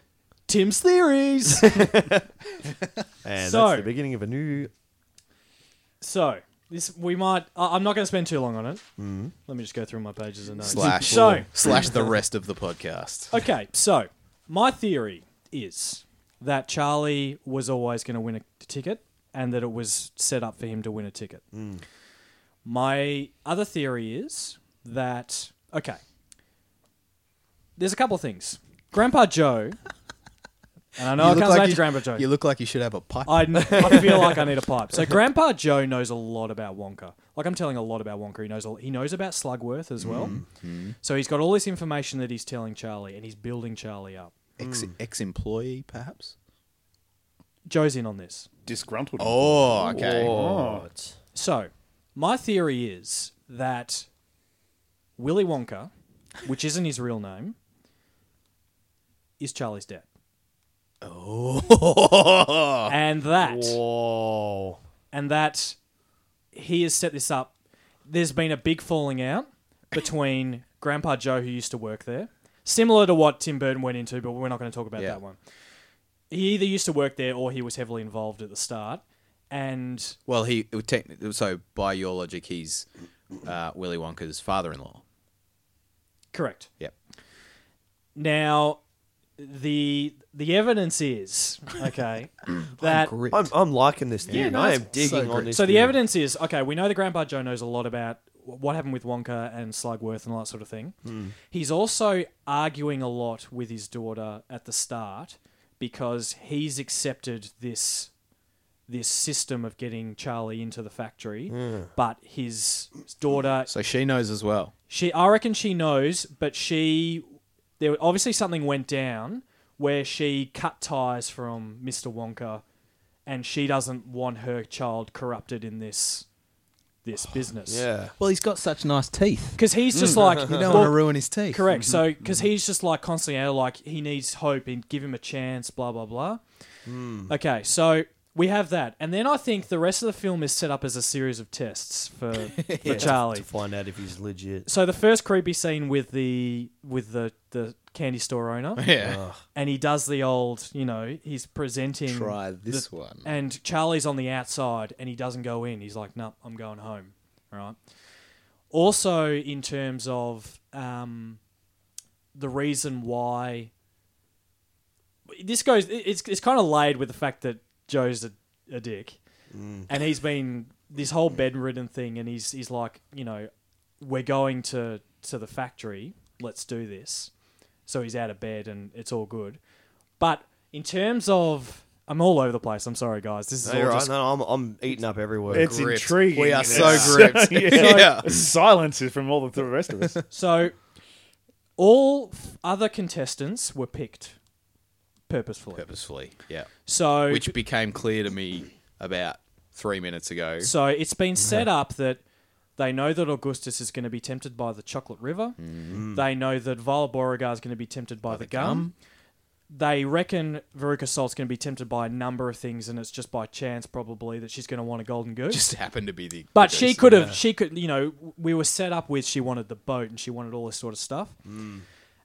[SPEAKER 1] Tim's theories.
[SPEAKER 5] And
[SPEAKER 1] So-
[SPEAKER 5] that's the beginning of a new.
[SPEAKER 1] so this we might. I I'm not going to spend too long on it. Let me just go through my pages and notes.
[SPEAKER 2] Mm-hmm. slash
[SPEAKER 1] So
[SPEAKER 2] slash the rest of the podcast.
[SPEAKER 1] okay, so my theory is that Charlie was always going to win a ticket, and that it was set up for him to win a ticket.
[SPEAKER 2] Mm.
[SPEAKER 1] My other theory is that okay. There's a couple of things. Grandpa Joe, and I know I
[SPEAKER 2] look
[SPEAKER 1] comes
[SPEAKER 2] like
[SPEAKER 1] back
[SPEAKER 2] you-
[SPEAKER 1] to Grandpa Joe.
[SPEAKER 2] You look like you should have a pipe.
[SPEAKER 1] I, I feel like I need a pipe. So Grandpa Joe knows a lot about Wonka. Like I'm telling a lot about Wonka. He knows a- he knows about Slugworth as well. So he's got all this information that he's telling Charlie, and he's building Charlie up.
[SPEAKER 2] Ex, ex-employee, perhaps.
[SPEAKER 1] Joe's in on this.
[SPEAKER 4] Disgruntled.
[SPEAKER 2] Oh, okay.
[SPEAKER 5] What?
[SPEAKER 1] So my theory is that Willy Wonka, which isn't his real name, is Charlie's dad, and that
[SPEAKER 5] Whoa.
[SPEAKER 1] and that he has set this up. There's been a big falling out between Grandpa Joe, who used to work there, similar to what Tim Burton went into, but we're not going to talk about
[SPEAKER 2] Yeah.
[SPEAKER 1] that one. He either used to work there or he was heavily involved at the start. And
[SPEAKER 2] Well, he it would take, so by your logic, he's uh, Willy Wonka's father-in-law.
[SPEAKER 1] correct.
[SPEAKER 2] Yep.
[SPEAKER 1] Now, the the evidence is okay that
[SPEAKER 2] Great.
[SPEAKER 5] I'm, I'm liking this theory.
[SPEAKER 1] no,
[SPEAKER 5] I
[SPEAKER 1] it's
[SPEAKER 5] am digging on this.
[SPEAKER 1] So the
[SPEAKER 5] theory.
[SPEAKER 1] evidence is okay. We know that Grandpa Joe knows a lot about wh- what happened with Wonka and Slugworth and all that sort of thing. He's also arguing a lot with his daughter at the start because he's accepted this this system of getting Charlie into the factory, but his daughter
[SPEAKER 2] So she knows as well.
[SPEAKER 1] she, I reckon she knows, but she, there obviously something went down where she cut ties from Mr. Wonka, and she doesn't want her child corrupted in this, this business.
[SPEAKER 5] Yeah. Mm.
[SPEAKER 2] Well, he's got such nice teeth.
[SPEAKER 1] because he's just like
[SPEAKER 2] You don't
[SPEAKER 1] well,
[SPEAKER 2] want to ruin his teeth.
[SPEAKER 1] Correct. So because he's just like constantly out, like he needs hope and give him a chance. Blah blah blah.
[SPEAKER 5] Hmm.
[SPEAKER 1] Okay, so we have that, and then I think the rest of the film is set up as a series of tests for, for Charlie.
[SPEAKER 5] To find out if he's legit.
[SPEAKER 1] So the first creepy scene with the with the the candy store owner,
[SPEAKER 2] Yeah.
[SPEAKER 1] and he does the old, you know, he's presenting.
[SPEAKER 2] Try this one.
[SPEAKER 1] And Charlie's on the outside, and he doesn't go in. He's like, "Nope, I'm going home." All right. Also, in terms of um, the reason why this goes, it- it's it's kind of laid with the fact that Joe's a, a dick, and he's been this whole bedridden thing, and he's he's like, you know, we're going to to the factory. Let's do this. So he's out of bed, and it's all good. But in terms of, I'm all over the place. I'm sorry, guys. This is
[SPEAKER 5] No,
[SPEAKER 1] all
[SPEAKER 5] you're right.
[SPEAKER 1] just
[SPEAKER 5] No, I'm, I'm eating up every word.
[SPEAKER 4] It's
[SPEAKER 2] Gripped.
[SPEAKER 4] intriguing.
[SPEAKER 2] We are
[SPEAKER 4] It's-
[SPEAKER 2] so gripped.
[SPEAKER 4] yeah. Silence is from all the, the rest of us.
[SPEAKER 1] so. All f- other contestants were picked purposefully.
[SPEAKER 2] Purposefully, yeah.
[SPEAKER 1] So
[SPEAKER 2] Which became clear to me about three minutes ago.
[SPEAKER 1] So it's been set up that they know that Augustus is going to be tempted by the chocolate river. They know that Violet Beauregard is going to be tempted Mm. by, the, gum. They reckon Veruca Salt's going to be tempted by a number of things, and it's just by chance probably that she's going to want a golden goose.
[SPEAKER 2] Just happened to be the.
[SPEAKER 1] but she could have, she could, you know, we were set up with she wanted the boat and she wanted all this sort of stuff.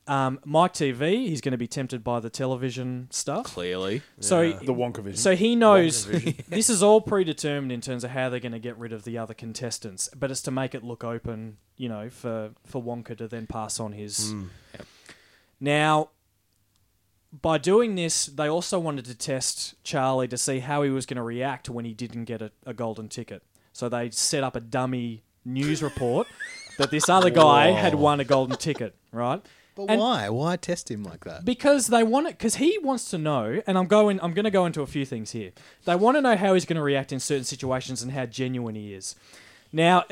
[SPEAKER 1] Um, Mike TV, he's going to be tempted by the television stuff.
[SPEAKER 2] clearly.
[SPEAKER 1] So
[SPEAKER 4] The Wonka vision.
[SPEAKER 1] so he knows this is all predetermined in terms of how they're going to get rid of the other contestants, but it's to make it look open, you know, for for Wonka to then pass on his. Now, by doing this, they also wanted to test Charlie to see how he was going to react when he didn't get a, a golden ticket. So they set up a dummy news report that this other guy had won a golden ticket, right?
[SPEAKER 2] But
[SPEAKER 1] And-
[SPEAKER 2] why? Why test him like that?
[SPEAKER 1] Because they want it. Because he wants to know, and I'm going. I'm going to go into a few things here. They want to know how he's going to react in certain situations and how genuine he is. Now,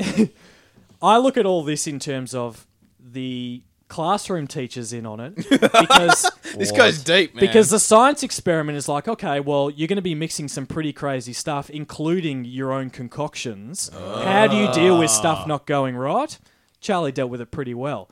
[SPEAKER 1] I look at all this in terms of the classroom teachers in on it because
[SPEAKER 2] This goes deep, man.
[SPEAKER 1] because the science experiment is like, okay, well, you're going to be mixing some pretty crazy stuff, including your own concoctions. How do you deal with stuff not going right? Charlie dealt with it pretty well.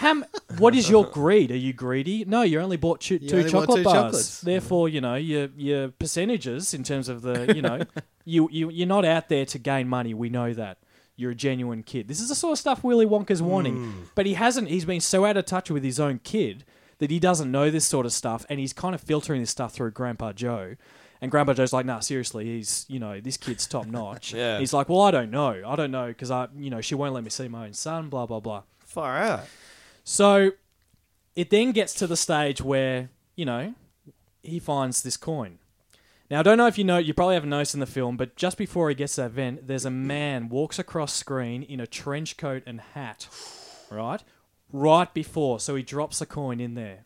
[SPEAKER 1] Ham, what is your greed? Are you greedy? No, you only bought two, two
[SPEAKER 2] only bought
[SPEAKER 1] chocolate
[SPEAKER 2] two
[SPEAKER 1] bars.
[SPEAKER 2] chocolates.
[SPEAKER 1] Therefore, you know your your percentages in terms of the you know you you you're not out there to gain money. We know that. You're a genuine kid. This is the sort of stuff Willy Wonka's wanting,
[SPEAKER 2] Hmm.
[SPEAKER 1] but he hasn't. He's been so out of touch with his own kid that he doesn't know this sort of stuff, and he's kind of filtering this stuff through Grandpa Joe. And Grandpa Joe's like, "Nah, seriously, he's you know this kid's top notch."
[SPEAKER 5] Yeah.
[SPEAKER 1] He's like, "Well, I don't know, I don't know, because I you know she won't let me see my own son." Blah blah blah.
[SPEAKER 5] Far out.
[SPEAKER 1] So it then gets to the stage where, you know, he finds this coin. Now, I don't know if you know, you probably haven't noticed in the film, but just before he gets to that vent, there's a man walks across screen in a trench coat and hat, right? Right before. So he drops a coin in there,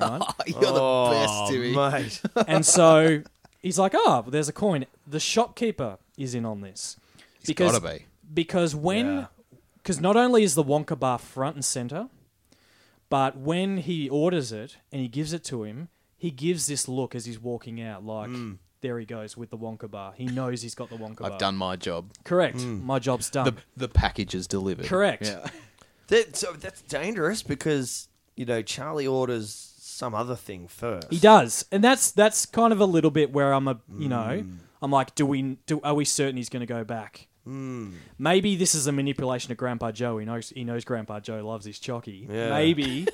[SPEAKER 1] right?
[SPEAKER 2] you're the best, Timmy.
[SPEAKER 5] Oh, mate.
[SPEAKER 1] and so he's like, "Oh, well, there's a coin." The shopkeeper is in on this
[SPEAKER 2] gotta be.
[SPEAKER 1] because when
[SPEAKER 5] Yeah.
[SPEAKER 1] because not only is the Wonka bar front and center, but when he orders it and he gives it to him, he gives this look as he's walking out, like there he goes with the Wonka bar. He knows he's got the Wonka bar.
[SPEAKER 2] Hmm. I've done my job.
[SPEAKER 1] correct. My job's done.
[SPEAKER 2] The the package is delivered.
[SPEAKER 1] Correct.
[SPEAKER 2] Yeah.
[SPEAKER 5] That, so that's dangerous because you know Charlie orders some other thing first.
[SPEAKER 1] He does, and that's that's kind of a little bit where I'm a you know I'm like, do we do are we certain he's going to go back? Maybe this is a manipulation of Grandpa Joe. He knows he knows Grandpa Joe loves his chockey.
[SPEAKER 5] Yeah.
[SPEAKER 1] Maybe.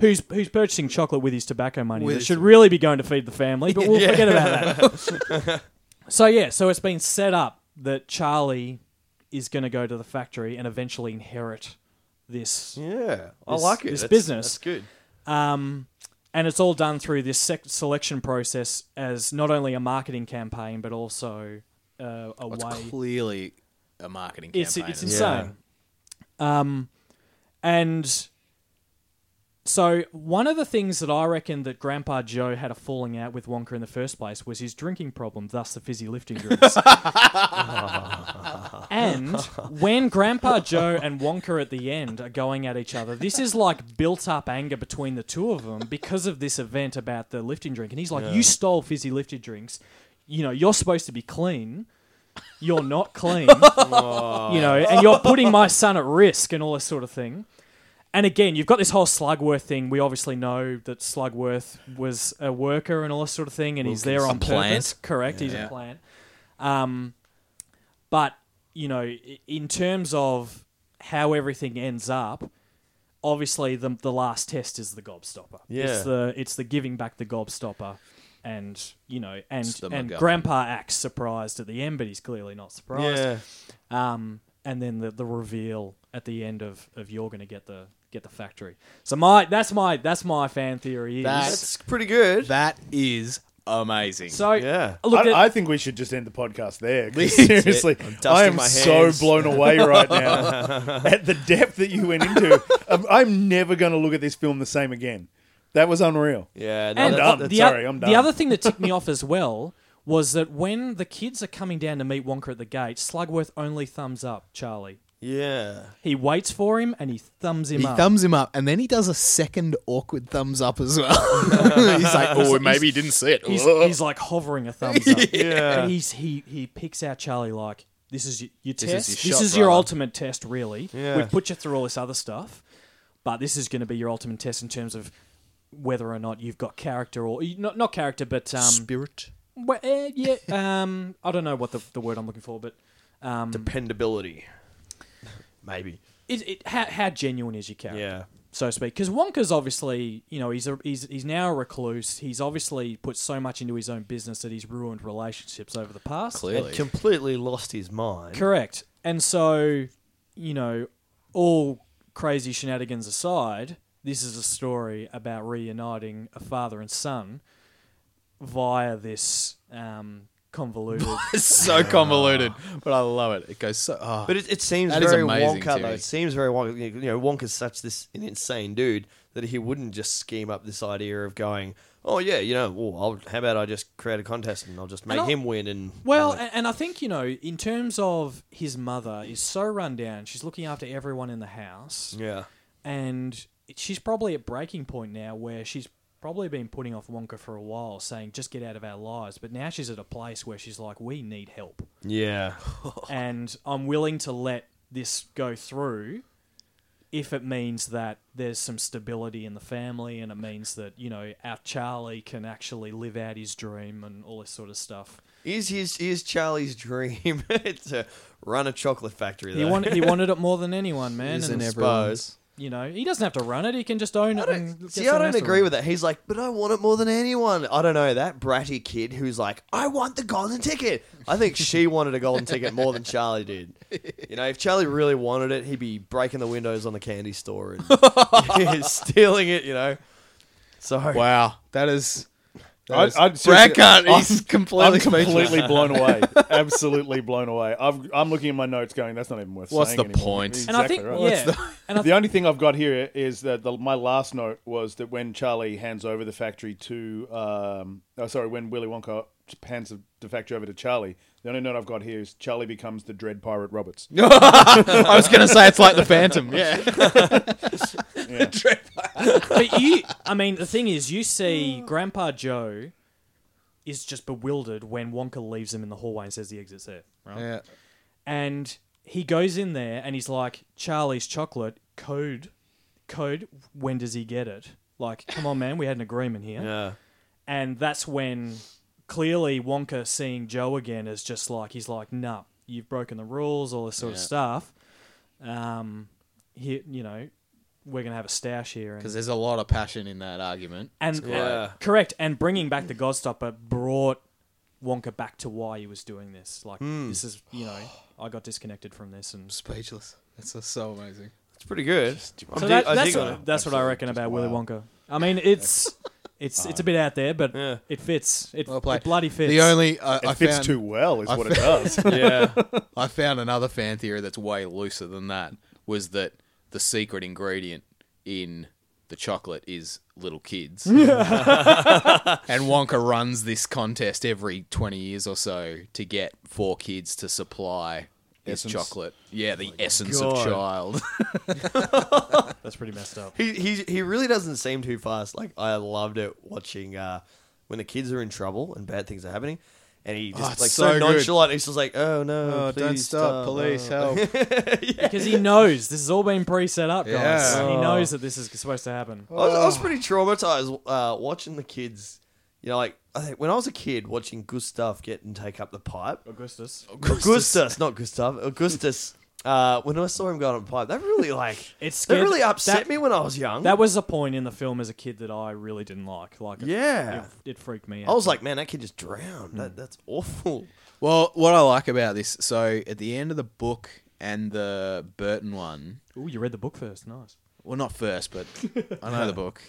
[SPEAKER 1] Who's, who's purchasing chocolate with his tobacco money
[SPEAKER 2] With
[SPEAKER 1] that
[SPEAKER 2] his
[SPEAKER 1] should really be going to feed the family, but we'll forget about that. so, yeah, so it's been set up that Charlie is going to go to the factory and eventually inherit this
[SPEAKER 5] Yeah, I
[SPEAKER 1] This-
[SPEAKER 5] like it.
[SPEAKER 1] this
[SPEAKER 5] That's-
[SPEAKER 1] business.
[SPEAKER 5] That's good.
[SPEAKER 1] um, and it's all done through this sec- selection process as not only a marketing campaign but also uh, a
[SPEAKER 2] It's
[SPEAKER 1] way.
[SPEAKER 2] clearly a marketing campaign.
[SPEAKER 1] It's it's
[SPEAKER 2] isn't it?
[SPEAKER 1] insane. Um, and so one of the things that I reckon that Grandpa Joe had a falling out with Wonka in the first place was his drinking problem, thus the fizzy lifting drinks. and when Grandpa Joe and Wonka at the end are going at each other, this is like built up anger between the two of them because of this event about the lifting drink. And he's like, You stole fizzy lifted drinks. You know, you're supposed to be clean. You're not clean. you know, and you're putting my son at risk and all this sort of thing. And again, you've got this whole Slugworth thing. We obviously know that Slugworth was a worker and all this sort of thing, and he's there on
[SPEAKER 2] A plant.
[SPEAKER 1] purpose. Correct, he's
[SPEAKER 2] Yeah.
[SPEAKER 1] a plant. Um, but you know, i- in terms of how everything ends up, obviously the the last test is the gobstopper.
[SPEAKER 5] Yeah.
[SPEAKER 1] It's the it's the giving back the gobstopper and you know and
[SPEAKER 2] It's the
[SPEAKER 1] and
[SPEAKER 2] MacGuffin.
[SPEAKER 1] grandpa acts surprised at the end but he's clearly not surprised.
[SPEAKER 5] Yeah,
[SPEAKER 1] Um and then the, the reveal at the end of, of you're gonna get the get the factory. So my that's my that's my fan theory is
[SPEAKER 2] That's-
[SPEAKER 5] that's pretty good.
[SPEAKER 2] That is amazing.
[SPEAKER 1] so
[SPEAKER 5] yeah.
[SPEAKER 1] look
[SPEAKER 4] I,
[SPEAKER 1] at,
[SPEAKER 4] I think we should just end the podcast there. 'cause Seriously,
[SPEAKER 5] I'm dusting
[SPEAKER 4] I am
[SPEAKER 5] my
[SPEAKER 4] so
[SPEAKER 5] hands.
[SPEAKER 4] blown away right now at the depth that you went into. I'm, I'm never going to look at this film the same again. That was unreal.
[SPEAKER 5] Yeah, no,
[SPEAKER 1] And
[SPEAKER 5] that's,
[SPEAKER 4] done.
[SPEAKER 5] that's-
[SPEAKER 1] the, o-
[SPEAKER 4] sorry, I'm
[SPEAKER 1] the
[SPEAKER 4] done.
[SPEAKER 1] other thing that ticked me off as well was that when the kids are coming down to meet Wonka at the gate, Slugworth only thumbs up Charlie.
[SPEAKER 5] yeah.
[SPEAKER 1] He waits for him and he thumbs him
[SPEAKER 2] he
[SPEAKER 1] up.
[SPEAKER 2] thumbs him up, and then he does a second awkward thumbs up as well. he's like, "Oh, maybe he didn't see it."
[SPEAKER 1] he's, he's like hovering a thumbs up.
[SPEAKER 5] Yeah.
[SPEAKER 1] And he's he he picks out Charlie like this is your, your
[SPEAKER 2] is
[SPEAKER 1] test.
[SPEAKER 2] your
[SPEAKER 1] This
[SPEAKER 2] shot,
[SPEAKER 1] is your
[SPEAKER 2] brother."
[SPEAKER 1] ultimate test, really.
[SPEAKER 5] Yeah.
[SPEAKER 1] We've put you through all this other stuff, but this is going to be your ultimate test in terms of whether or not you've got character or not not character, but um,
[SPEAKER 2] spirit.
[SPEAKER 1] Well, uh, yeah. Um, I don't know what the, the word I'm looking for, but um,
[SPEAKER 5] Dependability, maybe.
[SPEAKER 1] it, it, how, how genuine is your character,
[SPEAKER 5] Yeah.
[SPEAKER 1] so to speak? Because Wonka's obviously, you know, he's a, he's he's now a recluse. He's obviously put so much into his own business that he's ruined relationships over the past.
[SPEAKER 2] Clearly,
[SPEAKER 5] And completely lost his mind.
[SPEAKER 1] Correct. And so, you know, all crazy shenanigans aside, this is a story about reuniting a father and son via this um, convoluted.
[SPEAKER 2] it's so convoluted, but I love it. It goes so. Oh.
[SPEAKER 5] But it, it seems
[SPEAKER 2] That is
[SPEAKER 5] very
[SPEAKER 2] amazing,
[SPEAKER 5] Wonka, though.
[SPEAKER 2] Timmy.
[SPEAKER 5] It seems very Wonka. You know, Wonka's such this an insane dude that he wouldn't just scheme up this idea of going, oh, yeah, you know, well, I'll, how about I just create a contest and I'll just make
[SPEAKER 1] I'll-
[SPEAKER 5] him win and...
[SPEAKER 1] Well, and, and I think you know, in terms of his mother, is so run down. She's looking after everyone in the house,
[SPEAKER 5] yeah.
[SPEAKER 1] and she's probably at breaking point now where she's probably been putting off Wonka for a while, saying just get out of our lives. But now she's at a place where she's like, we need help,
[SPEAKER 5] Yeah.
[SPEAKER 1] and I'm willing to let this go through if it means that there's some stability in the family and it means that you know our Charlie can actually live out his dream and all this sort of stuff.
[SPEAKER 5] Is his is Charlie's dream to run a chocolate factory? Though?
[SPEAKER 1] He wanted he wanted it more than anyone, man.
[SPEAKER 2] Isn't
[SPEAKER 1] and
[SPEAKER 2] every-
[SPEAKER 5] Suppose.
[SPEAKER 1] you know he doesn't have to run it; he can just own
[SPEAKER 5] I
[SPEAKER 1] it. And
[SPEAKER 5] don't,
[SPEAKER 1] get
[SPEAKER 5] see, Mm, I
[SPEAKER 1] someone
[SPEAKER 5] don't
[SPEAKER 1] else to
[SPEAKER 5] agree
[SPEAKER 1] run
[SPEAKER 5] with that. He's like, but I want it more than anyone. I don't know that bratty kid who's like, I want the golden ticket. I think she wanted a golden ticket more than Charlie did. You know, if Charlie really wanted it, he'd be breaking the windows on the candy store and stealing it. You know, so
[SPEAKER 2] Wow, that is. that
[SPEAKER 4] I'd-
[SPEAKER 2] is-
[SPEAKER 4] I'd
[SPEAKER 2] Brad
[SPEAKER 4] seriously-
[SPEAKER 2] can't.
[SPEAKER 4] I'm-
[SPEAKER 2] He's completely.
[SPEAKER 4] I'm completely
[SPEAKER 2] speechless.
[SPEAKER 4] blown away. Absolutely blown away. I've, I'm looking at my notes going, that's not even worth
[SPEAKER 2] What's
[SPEAKER 4] saying
[SPEAKER 2] the
[SPEAKER 4] anymore."
[SPEAKER 2] point?
[SPEAKER 1] And
[SPEAKER 4] Exactly
[SPEAKER 1] I think
[SPEAKER 4] right.
[SPEAKER 1] yeah, and I
[SPEAKER 4] The only thing I've got here is that the, my last note was that when Charlie hands over the factory to, um, oh, sorry, when Willy Wonka hands the factory over to Charlie, the only note I've got here is Charlie becomes the Dread Pirate Roberts.
[SPEAKER 2] I was gonna say it's like the Phantom. Yeah.
[SPEAKER 1] but you, I mean, the thing is, you see, Grandpa Joe is just bewildered when Wonka leaves him in the hallway and says the exit's there, right?
[SPEAKER 2] yeah.
[SPEAKER 1] And he goes in there and he's like, Charlie's chocolate code, code. When does he get it? Like, come on, man, we had an agreement here.
[SPEAKER 5] yeah,
[SPEAKER 1] And that's when clearly Wonka seeing Joe again is just like he's like, nah, you've broken the rules, all this sort of
[SPEAKER 2] Yeah.
[SPEAKER 1] stuff. Um, here, you know, we're gonna have a stash here, and
[SPEAKER 2] Because there's a lot of passion in that argument.
[SPEAKER 1] and
[SPEAKER 5] quite- Yeah.
[SPEAKER 1] correct, and bringing back the Godstopper brought Wonka back to why he was doing this. Like
[SPEAKER 5] Hmm.
[SPEAKER 1] this is, you know, I got disconnected from this, and so
[SPEAKER 2] Speechless. That's just so amazing.
[SPEAKER 5] it's pretty good. I'm dig-
[SPEAKER 1] that,
[SPEAKER 5] I
[SPEAKER 1] that's
[SPEAKER 5] dig on
[SPEAKER 1] what,
[SPEAKER 5] it.
[SPEAKER 1] that's what I reckon about Willy Wonka. I mean, it's it's it's a bit out there, but
[SPEAKER 5] Yeah.
[SPEAKER 1] it fits. It,
[SPEAKER 2] Well played.
[SPEAKER 1] it bloody fits.
[SPEAKER 2] The only uh,
[SPEAKER 4] It
[SPEAKER 2] I
[SPEAKER 4] fits
[SPEAKER 2] found
[SPEAKER 4] too well, is
[SPEAKER 2] I
[SPEAKER 4] what it does.
[SPEAKER 5] Yeah,
[SPEAKER 2] I found another fan theory that's way looser than that was that the secret ingredient in the chocolate is little kids. and Wonka runs this contest every 20 years or so to get four kids to supply his
[SPEAKER 4] Essence.
[SPEAKER 2] chocolate. Yeah, the essence
[SPEAKER 5] God.
[SPEAKER 2] of child.
[SPEAKER 1] that's pretty messed up.
[SPEAKER 5] he he he really doesn't seem too fast. Like I loved it watching uh, when the kids are in trouble and bad things are happening, and he
[SPEAKER 2] Oh,
[SPEAKER 5] just
[SPEAKER 2] it's
[SPEAKER 5] like so,
[SPEAKER 2] so good.
[SPEAKER 5] nonchalant. He's just like, oh no, please oh."
[SPEAKER 2] help.
[SPEAKER 1] Because he knows this has all been pre-set up, guys.
[SPEAKER 2] Yeah.
[SPEAKER 5] Oh.
[SPEAKER 1] He knows that this is supposed to happen.
[SPEAKER 5] I was, I was pretty traumatized uh, watching the kids. You know, like I think when I was a kid, watching Gustav get and take up the pipe.
[SPEAKER 1] Augustus.
[SPEAKER 5] Augustus, not Gustav. Augustus. Uh, when I saw him go on the pipe, that really like
[SPEAKER 1] It
[SPEAKER 5] that
[SPEAKER 1] scared-
[SPEAKER 5] really upset
[SPEAKER 1] that-
[SPEAKER 5] me when I was young.
[SPEAKER 1] That was a point in the film as a kid that I really didn't like. Like, it,
[SPEAKER 5] Yeah.
[SPEAKER 1] it, it freaked me out.
[SPEAKER 5] I was like, man, that kid just drowned. That, that's awful.
[SPEAKER 2] Well, what I like about this, so at the end of the book and the Burton one,
[SPEAKER 1] Ooh, you read the book first. Nice.
[SPEAKER 2] well, not first, but I know the book.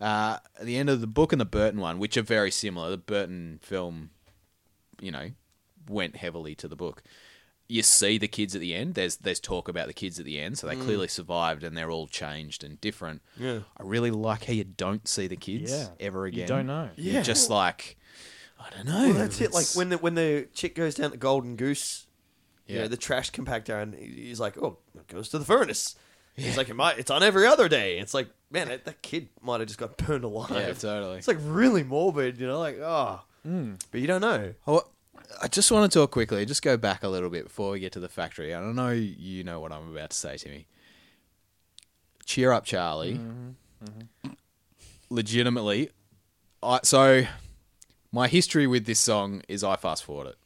[SPEAKER 2] Uh, at the end of the book and the Burton one, which are very similar, the Burton film, you know, went heavily to the book. You see the kids at the end. There's there's talk about the kids at the end, so they clearly survived and they're all changed and different.
[SPEAKER 5] Mm. Yeah.
[SPEAKER 2] I really like how you don't see the kids
[SPEAKER 1] Yeah.
[SPEAKER 2] ever
[SPEAKER 1] You
[SPEAKER 2] again.
[SPEAKER 1] don't know.
[SPEAKER 5] Yeah.
[SPEAKER 2] You're just like, I don't know.
[SPEAKER 5] Well, that's it. Like
[SPEAKER 2] It's-
[SPEAKER 5] when the when the chick goes down the golden goose, you
[SPEAKER 2] Yeah.
[SPEAKER 5] know, the trash compactor, and he- he's like, "Oh, it goes to the furnace." He's like, "It might. It's on every other day." It's like, man, that, that kid might have just got burned alive.
[SPEAKER 2] yeah, totally. Hmm.
[SPEAKER 5] It's like really morbid, you know, like oh, but you don't know.
[SPEAKER 2] Oh, I just want to talk quickly, just go back a little bit before we get to the factory. I don't know you know what I'm about to say to me. Cheer up, Charlie.
[SPEAKER 5] Mm-hmm,
[SPEAKER 2] Legitimately, I so my history with this song is I fast forward it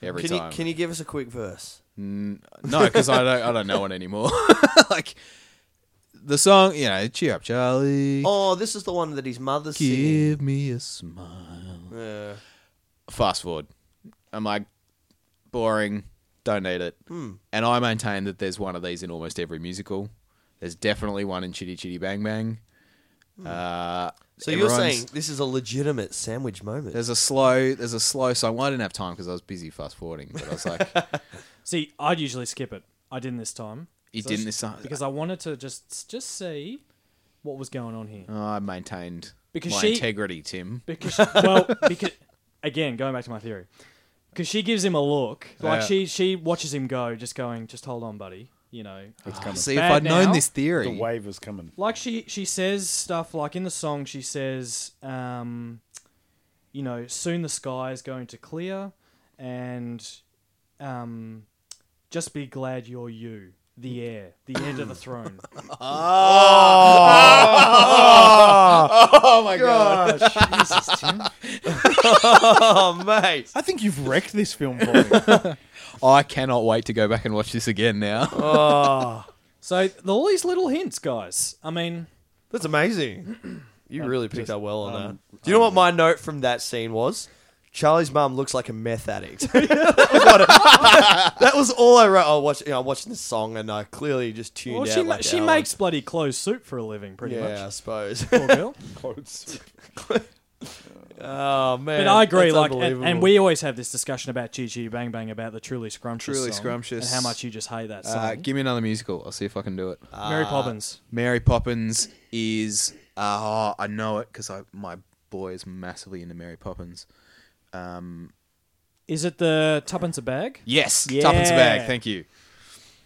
[SPEAKER 2] every
[SPEAKER 5] Can
[SPEAKER 2] time.
[SPEAKER 5] you can you give us a quick verse?
[SPEAKER 2] No, because I don't I don't know it anymore. like the song, you know, cheer up, Charlie.
[SPEAKER 5] Oh, this is the one that his mother's singing.
[SPEAKER 2] give me a smile.
[SPEAKER 5] Yeah.
[SPEAKER 2] fast forward. I'm like, boring, don't need it. And I maintain that there's one of these in almost every musical. There's definitely one in Chitty Chitty Bang Bang. Uh,
[SPEAKER 5] So you're
[SPEAKER 2] everyone's-
[SPEAKER 5] saying this is a legitimate sandwich moment?
[SPEAKER 2] there's a slow, there's a slow song. Well, I didn't have time because I was busy fast forwarding, but I was like,
[SPEAKER 1] See, I'd usually skip it. I didn't this time.
[SPEAKER 2] you
[SPEAKER 1] So-
[SPEAKER 2] didn't this time
[SPEAKER 1] because I wanted to just just see what was going on here.
[SPEAKER 2] uh, I maintained
[SPEAKER 1] Because
[SPEAKER 2] my
[SPEAKER 1] she-
[SPEAKER 2] integrity, Tim.
[SPEAKER 1] Because well, because again, going back to my theory, because she gives him a look, like
[SPEAKER 2] Yeah.
[SPEAKER 1] she she watches him go, just going, just hold on, buddy, you know,
[SPEAKER 2] See, if
[SPEAKER 1] Bad
[SPEAKER 2] I'd known
[SPEAKER 1] now.
[SPEAKER 2] this
[SPEAKER 4] The
[SPEAKER 2] theory,
[SPEAKER 4] wave was coming.
[SPEAKER 1] like she she says stuff like in the song she says um you know soon the sky is going to clear and um just be glad you're you the heir the heir to the throne
[SPEAKER 2] oh my god,
[SPEAKER 1] Jesus, Tim.
[SPEAKER 5] Oh, mate.
[SPEAKER 4] I think you've wrecked this film for me.
[SPEAKER 2] I cannot wait to go back and watch this again now.
[SPEAKER 5] Oh,
[SPEAKER 1] so th- all these little hints guys i mean
[SPEAKER 5] that's amazing. You really picked up well
[SPEAKER 1] um,
[SPEAKER 5] on that. Do you know what my note from that scene was? Charlie's mum looks like a meth addict. that was all I wrote. I watched, you know, I'm watching this song, and I clearly just tuned
[SPEAKER 1] well
[SPEAKER 5] out.
[SPEAKER 1] she, ma-
[SPEAKER 5] like an
[SPEAKER 1] she
[SPEAKER 5] hour.
[SPEAKER 1] makes bloody clothes soup for a living pretty
[SPEAKER 5] yeah, I
[SPEAKER 1] much
[SPEAKER 5] suppose.
[SPEAKER 1] poor girl
[SPEAKER 4] Quotes.
[SPEAKER 5] oh man,
[SPEAKER 1] But I agree,
[SPEAKER 5] That's
[SPEAKER 1] like, and, and
[SPEAKER 5] unbelievable.
[SPEAKER 1] we always have this discussion about Chi Chi Bang Bang about the truly scrumptious,
[SPEAKER 2] Truly
[SPEAKER 1] song
[SPEAKER 2] Scrumptious.
[SPEAKER 1] and how much you just hate that song.
[SPEAKER 2] Uh, give me another musical. I'll see if I can do it.
[SPEAKER 1] Mary Poppins.
[SPEAKER 2] Mary Poppins is. Uh, oh, I know it because I my boy is massively into Mary Poppins.
[SPEAKER 1] Is it the Tuppence a Bag?
[SPEAKER 2] Yes,
[SPEAKER 1] Yeah.
[SPEAKER 2] Tuppence a Bag. Thank you.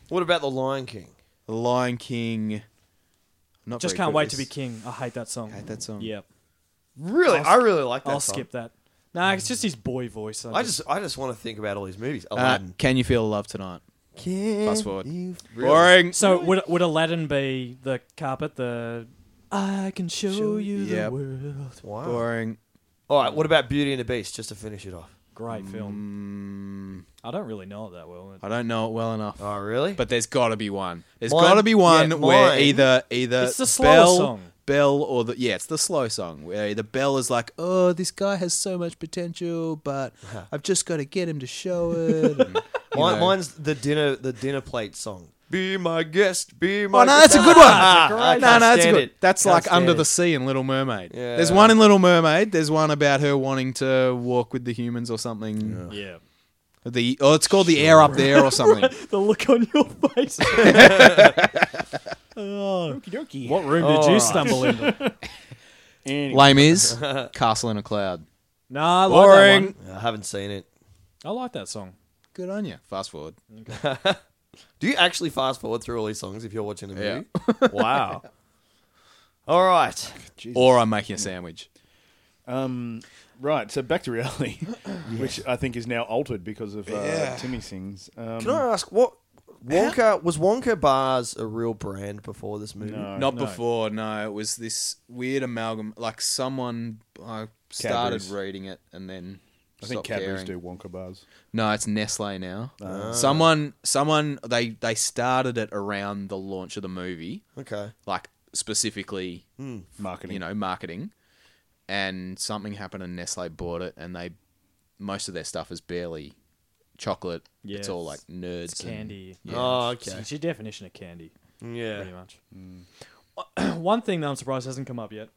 [SPEAKER 5] What about the Lion King?
[SPEAKER 2] The Lion King. Not
[SPEAKER 1] Just
[SPEAKER 2] very
[SPEAKER 1] can't
[SPEAKER 2] good at
[SPEAKER 1] wait to be
[SPEAKER 2] this.
[SPEAKER 1] king. I hate that song.
[SPEAKER 2] Hate that song.
[SPEAKER 1] Yep.
[SPEAKER 5] Really,
[SPEAKER 1] I'll
[SPEAKER 5] I really like that.
[SPEAKER 1] I'll
[SPEAKER 5] song.
[SPEAKER 1] skip that. Nah, it's just his boy voice.
[SPEAKER 5] I just, I just want to think about all these movies.
[SPEAKER 2] Uh,
[SPEAKER 5] Aladdin.
[SPEAKER 2] can you feel love tonight? Fast forward.
[SPEAKER 5] Really?
[SPEAKER 2] Boring.
[SPEAKER 1] So would would Aladdin be the carpet? The I can show, you
[SPEAKER 2] Yep.
[SPEAKER 1] the world.
[SPEAKER 5] Wow.
[SPEAKER 2] Boring.
[SPEAKER 5] All right. What about Beauty and the Beast? Just to finish it off.
[SPEAKER 1] Great film. I don't really know it that well.
[SPEAKER 2] I don't know it well enough.
[SPEAKER 5] Oh, really?
[SPEAKER 2] But there's got to be one. There's
[SPEAKER 5] Mine-
[SPEAKER 2] got to be one
[SPEAKER 5] yeah,
[SPEAKER 2] where
[SPEAKER 5] mine-
[SPEAKER 2] either either
[SPEAKER 1] It's the slower
[SPEAKER 2] Belle,
[SPEAKER 1] song.
[SPEAKER 2] Belle or the yeah, it's the slow song where the Belle is like, "Oh, this guy has so much potential, but I've just got to get him to show it." and, you
[SPEAKER 5] Mine,
[SPEAKER 2] know.
[SPEAKER 5] Mine's the dinner, the dinner plate song. Be my guest. Be my.
[SPEAKER 2] Oh no, that's
[SPEAKER 5] guest.
[SPEAKER 2] a good one.
[SPEAKER 5] Ah, I can't
[SPEAKER 2] no, no, that's a
[SPEAKER 5] stand
[SPEAKER 2] good.
[SPEAKER 5] it.
[SPEAKER 2] That's
[SPEAKER 5] Can't
[SPEAKER 2] like
[SPEAKER 5] stand
[SPEAKER 2] Under
[SPEAKER 5] it.
[SPEAKER 2] the Sea in Little Mermaid.
[SPEAKER 5] Yeah.
[SPEAKER 2] There's one in Little Mermaid. There's one about her wanting to walk with the humans or something.
[SPEAKER 1] Yeah.
[SPEAKER 2] The oh, it's called the air up there or something.
[SPEAKER 1] The look on your face. oh.
[SPEAKER 4] Okey-dokey.
[SPEAKER 1] What room
[SPEAKER 5] All
[SPEAKER 1] did you
[SPEAKER 5] right.
[SPEAKER 1] stumble into?
[SPEAKER 4] Anyway,
[SPEAKER 2] Lame is Castle in a Cloud.
[SPEAKER 1] Nah, I like that
[SPEAKER 2] Boring.
[SPEAKER 1] one.
[SPEAKER 5] I haven't seen it.
[SPEAKER 1] I like that song.
[SPEAKER 2] Good on you. Fast forward.
[SPEAKER 5] Do you actually fast forward through all these songs if you're watching a
[SPEAKER 2] Yeah.
[SPEAKER 5] movie? wow. All right.
[SPEAKER 2] Or I'm making a sandwich.
[SPEAKER 4] um, right, so back to reality, which I think is now altered because of uh, Timmy Sings. Um,
[SPEAKER 5] Can I ask what Wonka was Wonka bars a real brand before this movie?
[SPEAKER 4] No.
[SPEAKER 2] Not before, no. It was this weird amalgam. Like someone I started
[SPEAKER 4] Cadbury's.
[SPEAKER 2] reading it and then
[SPEAKER 4] I think
[SPEAKER 2] stopped
[SPEAKER 4] Cadbury's
[SPEAKER 2] caring.
[SPEAKER 4] do Wonka bars.
[SPEAKER 2] No, it's Nestle now. Someone, someone they they started it around the launch of the movie,
[SPEAKER 5] Okay.
[SPEAKER 2] like specifically,
[SPEAKER 4] Marketing.
[SPEAKER 2] you know, marketing. And something happened, and Nestle bought it, and they most of their stuff is barely chocolate.
[SPEAKER 1] Yeah,
[SPEAKER 2] it's all like
[SPEAKER 1] it's-
[SPEAKER 2] nerds,
[SPEAKER 1] It's
[SPEAKER 2] and-
[SPEAKER 1] candy.
[SPEAKER 5] Oh,
[SPEAKER 1] It's-
[SPEAKER 5] okay.
[SPEAKER 1] It's your definition of candy. pretty
[SPEAKER 5] Yeah.
[SPEAKER 1] much. One thing that I'm surprised hasn't come up yet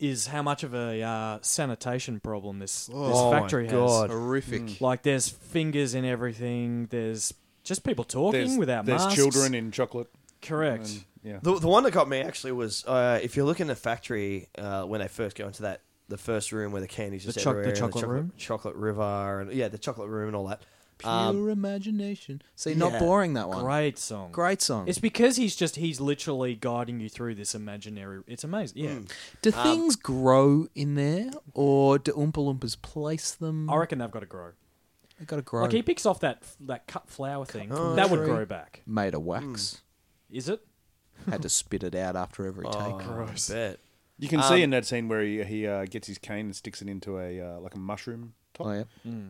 [SPEAKER 1] is how much of a uh, sanitation problem this,
[SPEAKER 5] Oh my
[SPEAKER 1] this factory
[SPEAKER 5] God.
[SPEAKER 2] horrific.
[SPEAKER 1] has. Like, there's fingers in everything. There's just people talking
[SPEAKER 4] There's,
[SPEAKER 1] without
[SPEAKER 4] there's
[SPEAKER 1] masks.
[SPEAKER 4] children in chocolate.
[SPEAKER 1] Correct.
[SPEAKER 4] And, yeah.
[SPEAKER 5] The, the one that got me actually was uh, if you look in the factory uh, when they first go into that the first room where the candy's just
[SPEAKER 1] The choc- the
[SPEAKER 5] everywhere, and
[SPEAKER 1] chocolate
[SPEAKER 5] chocolate
[SPEAKER 1] room?
[SPEAKER 5] chocolate river, and yeah, the chocolate room and all that.
[SPEAKER 2] Pure
[SPEAKER 5] Um,
[SPEAKER 2] imagination. See, not
[SPEAKER 5] yeah.
[SPEAKER 2] boring that one. Great,
[SPEAKER 1] Great song.
[SPEAKER 2] song.
[SPEAKER 1] It's because he's just, he's literally guiding you through this imaginary. It's amazing. Yeah.
[SPEAKER 5] Hmm.
[SPEAKER 2] Do
[SPEAKER 1] um,
[SPEAKER 2] things grow in there, or do Oompa Loompas place them?
[SPEAKER 1] I reckon they've got to grow.
[SPEAKER 2] They gotta grow.
[SPEAKER 1] Like, he picks off that that cut flower thing.
[SPEAKER 5] Oh,
[SPEAKER 1] that would
[SPEAKER 5] true.
[SPEAKER 1] grow back.
[SPEAKER 2] Made of wax.
[SPEAKER 1] Is it?
[SPEAKER 2] Had to spit it out after every take.
[SPEAKER 5] I Oh, bet.
[SPEAKER 4] You can see in that scene where he, he uh, gets his cane and sticks it into a uh, like a mushroom top,
[SPEAKER 2] Oh, yeah.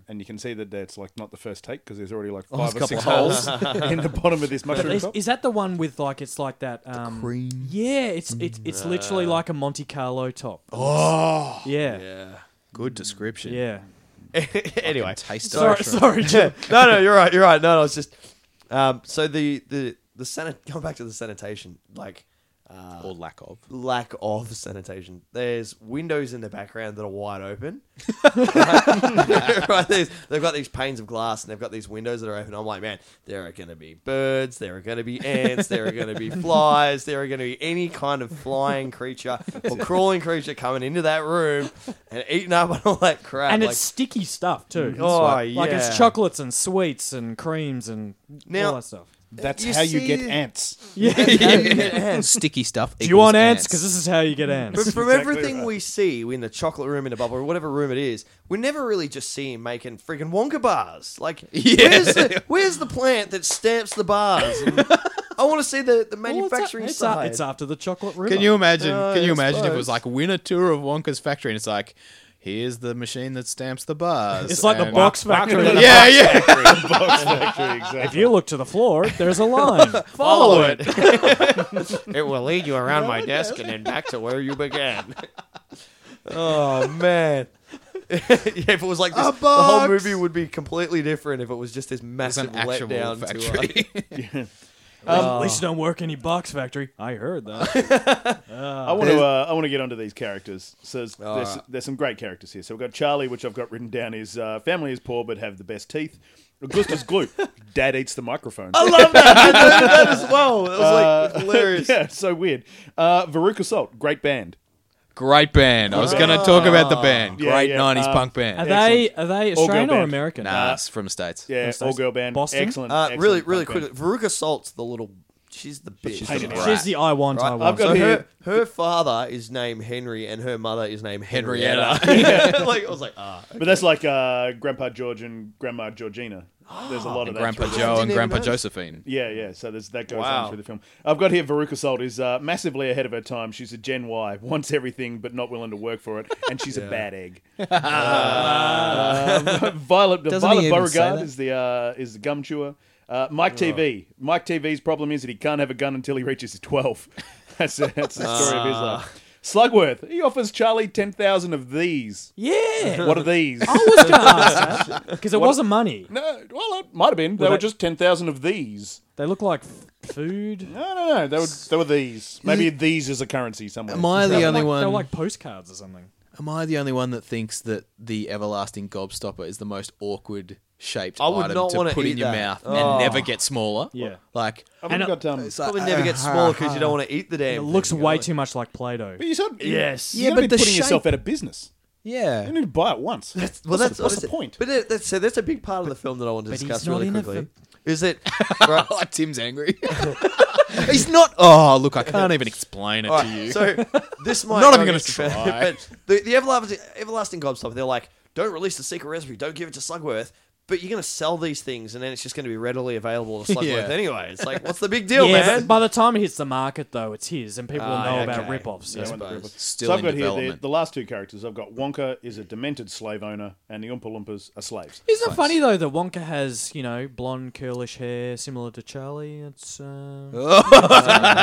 [SPEAKER 4] and you can see that that's like not the first take because there's already like
[SPEAKER 2] Oh, there's
[SPEAKER 4] five or
[SPEAKER 2] a
[SPEAKER 4] six
[SPEAKER 2] couple
[SPEAKER 4] holes in the bottom of this
[SPEAKER 1] But
[SPEAKER 4] mushroom
[SPEAKER 1] is,
[SPEAKER 4] top.
[SPEAKER 1] is that the one with like it's like that um,
[SPEAKER 2] cream.
[SPEAKER 1] Yeah, it's it's it's
[SPEAKER 5] Mm.
[SPEAKER 1] literally like a Monte Carlo top.
[SPEAKER 2] Oh,
[SPEAKER 1] Yeah, yeah.
[SPEAKER 5] Uh, Yeah.
[SPEAKER 2] good description.
[SPEAKER 5] anyway,
[SPEAKER 2] Taste
[SPEAKER 1] Sorry,
[SPEAKER 2] it.
[SPEAKER 1] sorry. Jim.
[SPEAKER 5] no, no, you're right. You're right. No, no, it's just. Um, so the the the sanit- going back to the sanitation, like uh,
[SPEAKER 2] or lack of.
[SPEAKER 5] lack of sanitation. There's windows in the background that are wide open. right, there's- they've got these panes of glass and they've got these windows that are open. I'm like, man, there are going to be birds, there are going to be ants, there are going to be flies, there are going to be any kind of flying creature or crawling creature coming into that room and eating up on all that crap.
[SPEAKER 1] and
[SPEAKER 5] like,
[SPEAKER 1] it's sticky stuff too.
[SPEAKER 5] oh
[SPEAKER 1] like
[SPEAKER 5] yeah,
[SPEAKER 1] it's chocolates and sweets and creams and
[SPEAKER 5] Now-
[SPEAKER 1] all that stuff.
[SPEAKER 4] That's
[SPEAKER 5] You
[SPEAKER 4] how you get
[SPEAKER 5] see-
[SPEAKER 4] ants.
[SPEAKER 2] Sticky stuff.
[SPEAKER 1] Do you want ants? Because this is how you get ants.
[SPEAKER 5] But from
[SPEAKER 4] exactly
[SPEAKER 5] everything
[SPEAKER 4] right.
[SPEAKER 5] we see in the chocolate room in the bubble or whatever room it is, we never really just see him making freaking Wonka bars. Like,
[SPEAKER 2] Yeah.
[SPEAKER 5] where's the where's the plant that stamps the bars? And I want to see the, the
[SPEAKER 1] Well, it's a-
[SPEAKER 5] manufacturing
[SPEAKER 1] it's, a-
[SPEAKER 5] side.
[SPEAKER 1] it's after the chocolate river.
[SPEAKER 2] Can you imagine?
[SPEAKER 1] Uh,
[SPEAKER 5] Oh,
[SPEAKER 2] can you
[SPEAKER 5] yeah,
[SPEAKER 2] imagine if it
[SPEAKER 5] suppose.
[SPEAKER 2] was like win a tour of Wonka's factory and it's like, here's the machine that stamps the bars.
[SPEAKER 1] It's like the
[SPEAKER 2] and-
[SPEAKER 1] box factory.
[SPEAKER 4] Welcome to the
[SPEAKER 2] Yeah, yeah.
[SPEAKER 4] Box factory, exactly.
[SPEAKER 1] If you look to the floor, there's a line.
[SPEAKER 2] Follow it.
[SPEAKER 5] it will lead you around my desk and then back to where you began. oh man. yeah, if it was like this, the whole
[SPEAKER 2] box.
[SPEAKER 5] movie would be completely different if it was just this
[SPEAKER 2] It's an
[SPEAKER 5] massive
[SPEAKER 2] actual
[SPEAKER 5] letdown to us.
[SPEAKER 2] factory.
[SPEAKER 1] At least you don't work any box factory. I heard that.
[SPEAKER 4] I want to. Uh, I want to get onto these characters. So there's, there's,
[SPEAKER 5] right.
[SPEAKER 4] there's some great characters here. So we've got Charlie, which I've got written down is uh, family is poor but have the best teeth. Augustus Gloop, dad eats the microphone.
[SPEAKER 5] I love that. I love that as well. It was like hilarious.
[SPEAKER 4] yeah, so weird. Uh, Veruca Salt, great band.
[SPEAKER 2] Great band. I was going
[SPEAKER 1] Oh.
[SPEAKER 2] to talk about the band.
[SPEAKER 4] Yeah,
[SPEAKER 2] Great
[SPEAKER 4] yeah,
[SPEAKER 2] 90s
[SPEAKER 1] Uh,
[SPEAKER 4] um,
[SPEAKER 2] punk
[SPEAKER 1] Are
[SPEAKER 2] band.
[SPEAKER 1] they are they
[SPEAKER 4] girl
[SPEAKER 1] Australian or
[SPEAKER 4] band.
[SPEAKER 1] American?
[SPEAKER 2] Nah, it's from the States.
[SPEAKER 4] Yeah,
[SPEAKER 1] Nice,
[SPEAKER 4] all
[SPEAKER 1] nice.
[SPEAKER 4] girl band.
[SPEAKER 1] Boston?
[SPEAKER 4] Excellent.
[SPEAKER 5] Uh,
[SPEAKER 4] excellent
[SPEAKER 5] really, really
[SPEAKER 4] punk band.
[SPEAKER 5] quickly. Veruca Salt's the little. She's the bitch.
[SPEAKER 4] She's the
[SPEAKER 1] She's the I want, I
[SPEAKER 5] Right,
[SPEAKER 1] want.
[SPEAKER 4] I've got
[SPEAKER 5] So her,
[SPEAKER 4] here-
[SPEAKER 5] her father is named Henry and her mother is named Henrietta.
[SPEAKER 2] Henrietta.
[SPEAKER 5] like I was like, ah.
[SPEAKER 4] But that's like uh, Grandpa George and Grandma Georgina. There's
[SPEAKER 5] Ah.
[SPEAKER 4] a lot of that.
[SPEAKER 2] Grandpa
[SPEAKER 4] through the-
[SPEAKER 2] Joe
[SPEAKER 5] Didn't
[SPEAKER 2] and
[SPEAKER 5] even
[SPEAKER 2] Grandpa
[SPEAKER 5] notice.
[SPEAKER 2] Josephine.
[SPEAKER 4] Yeah, yeah. So there's, that goes
[SPEAKER 5] Wow.
[SPEAKER 4] on through the film. I've got here Veruca Salt is uh, massively ahead of her time. She's a Gen Y, wants everything but not willing to work for it, and she's a bad egg. Uh, Violet,
[SPEAKER 2] Doesn't he even
[SPEAKER 4] Violet
[SPEAKER 2] say
[SPEAKER 4] Beauregard
[SPEAKER 2] that? Oh.
[SPEAKER 4] is the uh, is the gum chewer. Uh, Mike TV. Mike TV's problem is that he can't have a gun until he reaches twelve. That's that's the story of his life. Slugworth. He offers Charlie ten thousand of these.
[SPEAKER 1] yeah.
[SPEAKER 4] What are these?
[SPEAKER 1] I
[SPEAKER 2] Oh,
[SPEAKER 1] was going to ask that because it wasn't money.
[SPEAKER 4] No, well, it might have been. They were
[SPEAKER 1] they-
[SPEAKER 4] just ten thousand of these.
[SPEAKER 1] They look like f- food.
[SPEAKER 4] No, no, no. They were they were these. Maybe these is a currency somewhere.
[SPEAKER 2] Am I the
[SPEAKER 1] They're
[SPEAKER 2] only
[SPEAKER 1] like, They're
[SPEAKER 2] one?
[SPEAKER 1] like postcards or something.
[SPEAKER 2] Am I the only one that thinks that the everlasting gobstopper is the most awkward shaped
[SPEAKER 5] I would
[SPEAKER 2] item
[SPEAKER 5] not
[SPEAKER 2] to
[SPEAKER 5] wanna
[SPEAKER 2] put
[SPEAKER 5] eat
[SPEAKER 2] in your
[SPEAKER 5] that. Oh.
[SPEAKER 2] mouth and never get smaller?
[SPEAKER 1] Yeah.
[SPEAKER 2] Like,
[SPEAKER 4] I've
[SPEAKER 1] And
[SPEAKER 4] only
[SPEAKER 1] I-
[SPEAKER 4] got um.
[SPEAKER 2] it's like,
[SPEAKER 5] Probably never get smaller because you don't want to eat the damn.
[SPEAKER 1] It looks
[SPEAKER 5] thing,
[SPEAKER 1] way
[SPEAKER 5] you
[SPEAKER 1] too much like Play-Doh.
[SPEAKER 4] But you said
[SPEAKER 5] Yes.
[SPEAKER 4] You're
[SPEAKER 2] Yeah,
[SPEAKER 4] gonna
[SPEAKER 2] but
[SPEAKER 4] be
[SPEAKER 2] the
[SPEAKER 4] putting yourself
[SPEAKER 2] shape-
[SPEAKER 4] out of business.
[SPEAKER 2] yeah.
[SPEAKER 4] You need to buy it once. That's,
[SPEAKER 5] Well, that's
[SPEAKER 4] what's
[SPEAKER 5] that's
[SPEAKER 4] the point?
[SPEAKER 5] But that, that's so that's a big part of the film that I want to
[SPEAKER 1] but he's
[SPEAKER 5] discuss
[SPEAKER 1] not
[SPEAKER 5] really
[SPEAKER 1] in a
[SPEAKER 5] quickly.
[SPEAKER 1] film.
[SPEAKER 5] Is it?
[SPEAKER 2] Oh, Tim's angry. He's not. Oh, look, I can't even explain it
[SPEAKER 5] All
[SPEAKER 2] to
[SPEAKER 5] right,
[SPEAKER 2] you.
[SPEAKER 5] So this might
[SPEAKER 2] Not
[SPEAKER 5] go
[SPEAKER 2] even gonna
[SPEAKER 5] against the-
[SPEAKER 2] try.
[SPEAKER 5] But the, the everlasting everlasting gobstopper, they're like, don't release the secret recipe, don't give it to Slugworth. But you're going to sell these things, and then it's just going to be readily available to Slugworth
[SPEAKER 2] Yeah.
[SPEAKER 5] anyway. It's like, what's the big deal,
[SPEAKER 1] yeah,
[SPEAKER 5] man?
[SPEAKER 1] but by the time it hits the market, though, it's his, and people will
[SPEAKER 5] Ah,
[SPEAKER 1] know about
[SPEAKER 5] okay.
[SPEAKER 1] rip-offs.
[SPEAKER 5] Yeah,
[SPEAKER 1] Yeah.
[SPEAKER 5] well-
[SPEAKER 2] But still
[SPEAKER 4] so I've
[SPEAKER 2] in
[SPEAKER 4] got here
[SPEAKER 2] development.
[SPEAKER 4] the, the last two characters. I've got Wonka is a demented slave owner, and the Oompa Loompas are slaves.
[SPEAKER 1] Isn't it funny though that Wonka has you know blonde curlish hair similar to Charlie? It's uh,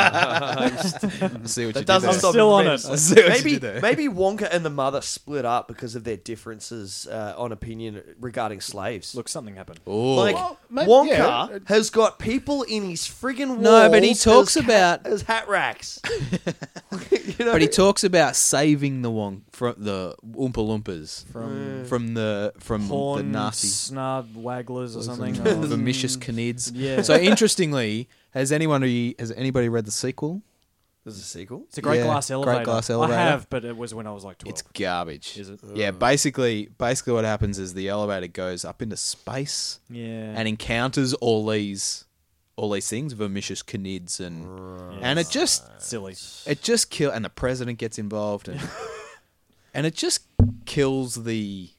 [SPEAKER 2] see what you
[SPEAKER 5] That
[SPEAKER 2] did
[SPEAKER 5] doesn't
[SPEAKER 2] there.
[SPEAKER 5] stop
[SPEAKER 1] Still on
[SPEAKER 5] me.
[SPEAKER 1] it. I
[SPEAKER 2] see what you
[SPEAKER 5] Maybe
[SPEAKER 2] did there.
[SPEAKER 5] maybe Wonka and the mother split up because of their differences uh, on opinion regarding slaves.
[SPEAKER 1] look something happened.
[SPEAKER 2] Ooh.
[SPEAKER 5] like
[SPEAKER 4] Well, ma-
[SPEAKER 5] Wonka
[SPEAKER 4] yeah. uh,
[SPEAKER 5] has got people in his friggin' walls.
[SPEAKER 2] No, but he
[SPEAKER 5] as
[SPEAKER 2] talks
[SPEAKER 5] hat-
[SPEAKER 2] about-
[SPEAKER 5] as hat racks. you know?
[SPEAKER 2] but he talks about saving the Wong from the Oompa Loompas from from the from the
[SPEAKER 1] Horn,
[SPEAKER 2] nasty
[SPEAKER 1] snarb wagglers or something. Oh,
[SPEAKER 2] the
[SPEAKER 1] or-
[SPEAKER 2] vicious canids.
[SPEAKER 1] Yeah.
[SPEAKER 2] So interestingly, has anyone has anybody read the sequel?
[SPEAKER 5] There's a sequel.
[SPEAKER 1] it's a great
[SPEAKER 2] Yeah,
[SPEAKER 1] glass
[SPEAKER 2] Great
[SPEAKER 1] elevator.
[SPEAKER 2] Glass Elevator.
[SPEAKER 1] I have, but it was when I was like twelve.
[SPEAKER 2] It's garbage.
[SPEAKER 1] Is it? Oh.
[SPEAKER 2] Yeah. Basically, basically what happens is the elevator goes up into space
[SPEAKER 1] yeah,
[SPEAKER 2] and encounters all these all these things, vermicious canids, and and it just
[SPEAKER 1] silly.
[SPEAKER 2] It just kill, and the president gets involved, and and it just kills the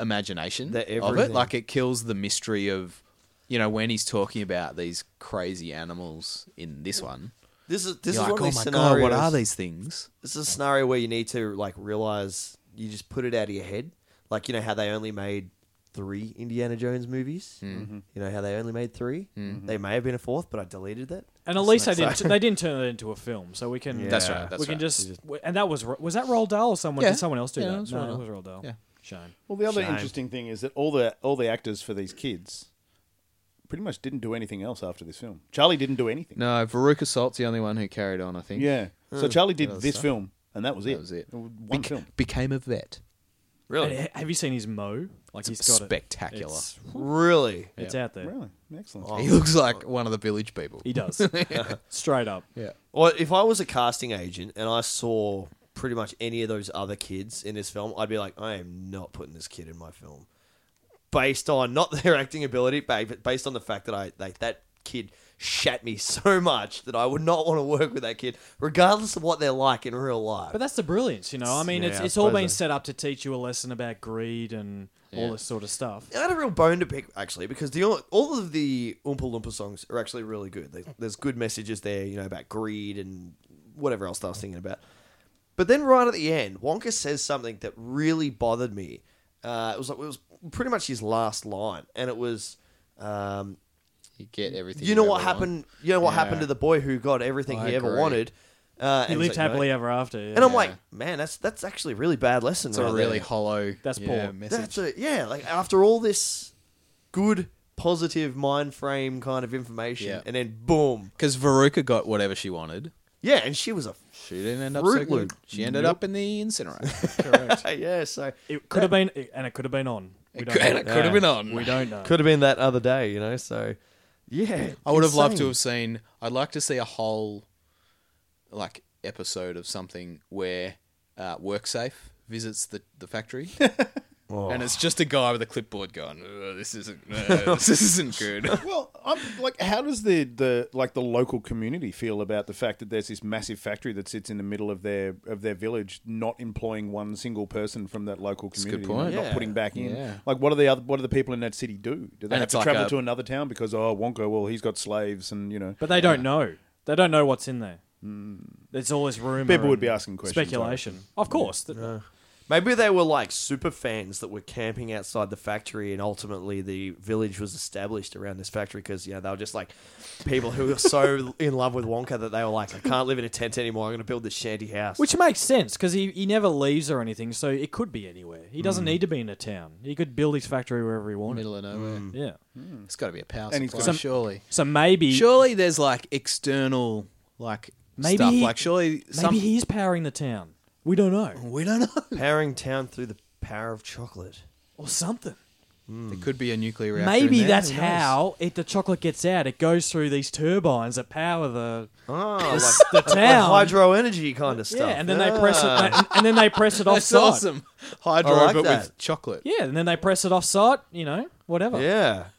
[SPEAKER 2] imagination
[SPEAKER 5] The
[SPEAKER 2] of it.
[SPEAKER 5] everything.
[SPEAKER 2] Like it kills the mystery of, you know, when he's talking about these crazy animals in this one.
[SPEAKER 5] This is this
[SPEAKER 2] you're like,
[SPEAKER 5] is one
[SPEAKER 2] oh
[SPEAKER 5] of
[SPEAKER 2] my
[SPEAKER 5] these scenarios.
[SPEAKER 2] god, what are these things?
[SPEAKER 5] This is a scenario where you need to like realize you just put it out of your head. Like you know how they only made three Indiana Jones movies. Mm-hmm. You know how they only made 3 They may have been a fourth, but I deleted that.
[SPEAKER 1] And at least they didn't. They didn't turn it into a film, so we can.
[SPEAKER 2] That's right, that's
[SPEAKER 1] we can
[SPEAKER 2] right.
[SPEAKER 1] just. And that was was that Roald Dahl or someone?
[SPEAKER 2] Yeah.
[SPEAKER 1] Did someone else do
[SPEAKER 2] Yeah,
[SPEAKER 1] that?
[SPEAKER 2] it was
[SPEAKER 1] no,
[SPEAKER 2] Roald
[SPEAKER 1] it
[SPEAKER 2] Dahl.
[SPEAKER 1] was Roald Dahl.
[SPEAKER 2] Yeah.
[SPEAKER 1] Shame.
[SPEAKER 4] Well, the other
[SPEAKER 5] Shame.
[SPEAKER 4] interesting thing is that all the all the actors for these kids pretty much didn't do anything else after this film. Charlie didn't do anything.
[SPEAKER 2] No, Veruca Salt's the only one who carried on. I think.
[SPEAKER 4] Yeah. So
[SPEAKER 2] Hmm.
[SPEAKER 4] Charlie did
[SPEAKER 2] that's
[SPEAKER 4] this
[SPEAKER 2] tough.
[SPEAKER 4] film, and that was it.
[SPEAKER 2] was it.
[SPEAKER 4] One film.
[SPEAKER 2] Became a vet.
[SPEAKER 1] And ha- have you seen his mo? Like he's got it.
[SPEAKER 2] spectacular.
[SPEAKER 1] It's,
[SPEAKER 5] Really?
[SPEAKER 1] it's out there.
[SPEAKER 4] Really excellent.
[SPEAKER 5] Oh
[SPEAKER 2] He looks like one of the village people.
[SPEAKER 1] He does. Straight up.
[SPEAKER 2] Yeah.
[SPEAKER 5] Well, if I was a casting agent and I saw pretty much any of those other kids in this film, I'd be like, I am not putting this kid in my film. Based on not their acting ability, ba- but based on the fact that I like that kid shat me so much that I would not want to work with that kid, regardless of what they're like in real life.
[SPEAKER 1] But that's the brilliance, you know. I mean,
[SPEAKER 5] Yeah,
[SPEAKER 1] it's
[SPEAKER 5] I
[SPEAKER 1] it's all
[SPEAKER 5] suppose
[SPEAKER 1] been
[SPEAKER 5] so.
[SPEAKER 1] set up to teach you a lesson about greed and all this sort of stuff.
[SPEAKER 5] I had a real bone to pick actually because the all of the Oompa Loompa songs are actually really good. They, there's good messages there, you know, about greed and whatever else I was thinking about. But then right at the end, Wonka says something that really bothered me. Uh, it was like it was pretty much his last line, and it was, um,
[SPEAKER 2] You get everything.
[SPEAKER 5] you know
[SPEAKER 2] ever
[SPEAKER 5] what
[SPEAKER 2] want.
[SPEAKER 5] happened? You know what happened
[SPEAKER 2] Yeah.
[SPEAKER 5] to the boy who got everything
[SPEAKER 2] I
[SPEAKER 5] he ever
[SPEAKER 2] agree.
[SPEAKER 5] wanted. Uh,
[SPEAKER 1] He
[SPEAKER 5] and
[SPEAKER 1] lived
[SPEAKER 5] he's like, "No."
[SPEAKER 1] happily ever after. Yeah.
[SPEAKER 5] and I'm like, man, that's that's actually a really bad lesson.
[SPEAKER 2] It's a
[SPEAKER 5] right
[SPEAKER 2] really
[SPEAKER 5] there.
[SPEAKER 2] hollow.
[SPEAKER 1] That's
[SPEAKER 2] yeah,
[SPEAKER 1] poor.
[SPEAKER 2] message.
[SPEAKER 5] That's a, yeah, like after all this good, positive mind frame kind of information,
[SPEAKER 2] Yeah.
[SPEAKER 5] and then boom.
[SPEAKER 2] Because Veruca got whatever she wanted.
[SPEAKER 5] Yeah, and she was a.
[SPEAKER 2] She didn't end up
[SPEAKER 5] Fruit
[SPEAKER 2] so good.
[SPEAKER 5] Loop.
[SPEAKER 2] She ended up in the incinerator.
[SPEAKER 1] correct.
[SPEAKER 5] yeah, so.
[SPEAKER 1] It could have been, and it could have been on. We don't
[SPEAKER 2] and
[SPEAKER 1] know.
[SPEAKER 2] it could have been on.
[SPEAKER 1] We don't know.
[SPEAKER 5] Could have been that other day, you know, so. Yeah.
[SPEAKER 2] I would have loved to have seen. I'd like to see a whole, like, episode of something where uh, WorkSafe visits the, the factory,
[SPEAKER 4] Oh.
[SPEAKER 2] and it's just a guy with a clipboard going, "Ugh, "This isn't, uh, this isn't good."
[SPEAKER 4] Well, I'm like, how does the, the like the local community feel about the fact that there's this massive factory that sits in the middle of their of their village, not employing one single person from that local
[SPEAKER 2] a
[SPEAKER 4] community,
[SPEAKER 2] good
[SPEAKER 4] you know,
[SPEAKER 2] point.
[SPEAKER 4] not
[SPEAKER 5] Yeah.
[SPEAKER 4] putting back in?
[SPEAKER 2] Yeah.
[SPEAKER 4] Like, what are the other what do the people in that city do? Do
[SPEAKER 2] And
[SPEAKER 4] they have
[SPEAKER 2] it's
[SPEAKER 4] to
[SPEAKER 2] like
[SPEAKER 4] travel
[SPEAKER 2] a-
[SPEAKER 4] to another town because oh Wonka, well he's got slaves and you know
[SPEAKER 1] But they don't know. They don't know what's in there. There's all this rumor.
[SPEAKER 4] Mm. People would
[SPEAKER 1] and
[SPEAKER 4] be asking questions, I
[SPEAKER 1] Speculation, of course. Th-
[SPEAKER 5] Maybe they were like super fans that were camping outside the factory, and ultimately the village was established around this factory because you know they were just like people who were so in love with Wonka that they were like, I can't live in a tent anymore. I'm going to build this shanty house.
[SPEAKER 1] Which makes sense because he, he never leaves or anything, so it could be anywhere. He doesn't
[SPEAKER 4] Mm.
[SPEAKER 1] need to be in a town. He could build his factory wherever he wanted.
[SPEAKER 2] Middle of nowhere.
[SPEAKER 1] Yeah.
[SPEAKER 2] It's got to be a power
[SPEAKER 4] Mm. And he's
[SPEAKER 2] supply,
[SPEAKER 4] got-
[SPEAKER 2] surely.
[SPEAKER 1] So maybe
[SPEAKER 2] Surely there's like external like
[SPEAKER 1] Maybe
[SPEAKER 2] stuff.
[SPEAKER 1] he-
[SPEAKER 2] like surely
[SPEAKER 1] maybe
[SPEAKER 2] some. Oh.
[SPEAKER 1] he's powering the town. We don't know.
[SPEAKER 2] we don't know.
[SPEAKER 5] powering town through the power of chocolate.
[SPEAKER 1] Or something.
[SPEAKER 2] There could be a nuclear reactor. in
[SPEAKER 1] Maybe
[SPEAKER 2] there,
[SPEAKER 1] that's
[SPEAKER 2] who knows?
[SPEAKER 1] how it, the chocolate gets out. It goes through these turbines that power the
[SPEAKER 5] Oh,
[SPEAKER 1] the
[SPEAKER 5] like, like
[SPEAKER 1] town.
[SPEAKER 5] hydro energy kind of
[SPEAKER 1] yeah,
[SPEAKER 5] stuff. Ah,
[SPEAKER 1] and then they press it, and, and then they press it off
[SPEAKER 2] That's
[SPEAKER 1] site.
[SPEAKER 2] awesome. Hydro,
[SPEAKER 5] I like
[SPEAKER 2] but
[SPEAKER 5] that.
[SPEAKER 2] with chocolate.
[SPEAKER 1] Yeah, and then they press it off site. You know, whatever.
[SPEAKER 5] Yeah.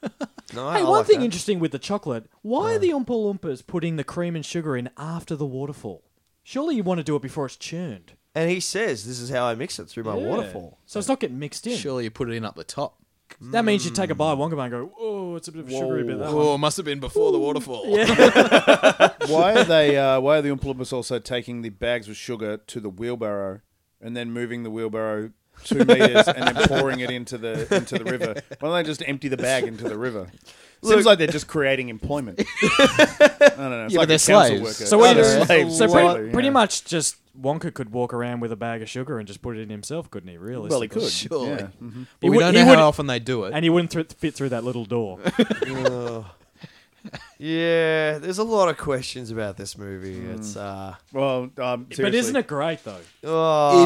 [SPEAKER 5] No,
[SPEAKER 1] Hey,
[SPEAKER 5] I
[SPEAKER 1] one
[SPEAKER 5] like
[SPEAKER 1] thing
[SPEAKER 5] that.
[SPEAKER 1] interesting with the chocolate: why are the Oompa Loompas putting the cream and sugar in after the waterfall? Surely you want to do it before it's churned.
[SPEAKER 5] and he says, "This is how I mix it through my
[SPEAKER 1] Yeah.
[SPEAKER 5] waterfall."
[SPEAKER 1] so it's not getting mixed in.
[SPEAKER 2] Surely you put it in up the top.
[SPEAKER 1] That means you
[SPEAKER 5] Mm.
[SPEAKER 1] take a bite of Wonka Bar and go, "Oh, it's a bit of a sugary bit." That
[SPEAKER 2] Oh, it must have been before the waterfall.
[SPEAKER 4] why are they? Uh, why are the Oompa Loompas also taking the bags with sugar to the wheelbarrow and then moving the wheelbarrow two meters and then pouring it into the into the river? Why don't they just empty the bag into the river? Seems like they're just creating employment. I don't know. It's
[SPEAKER 2] Yeah, but
[SPEAKER 4] like
[SPEAKER 2] they're
[SPEAKER 4] a council
[SPEAKER 2] slaves.
[SPEAKER 4] worker.
[SPEAKER 1] So what
[SPEAKER 4] Oh,
[SPEAKER 1] you
[SPEAKER 4] they're
[SPEAKER 1] do-
[SPEAKER 4] slaves,
[SPEAKER 1] So
[SPEAKER 4] exactly,
[SPEAKER 1] pretty,
[SPEAKER 4] yeah.
[SPEAKER 1] pretty much just Wonka could walk around with a bag of sugar and just put it in himself, couldn't he? Really?
[SPEAKER 4] Well, he could.
[SPEAKER 2] Surely.
[SPEAKER 4] Yeah.
[SPEAKER 2] But
[SPEAKER 1] He
[SPEAKER 2] we
[SPEAKER 1] would-
[SPEAKER 2] don't
[SPEAKER 1] he
[SPEAKER 2] know
[SPEAKER 1] would-
[SPEAKER 2] how often they do it.
[SPEAKER 1] And he wouldn't th- fit through that little door.
[SPEAKER 5] Yeah, there's a lot of questions about this movie.
[SPEAKER 1] Hmm.
[SPEAKER 5] It's uh,
[SPEAKER 4] Well, um,
[SPEAKER 1] but isn't it great though?
[SPEAKER 5] oh,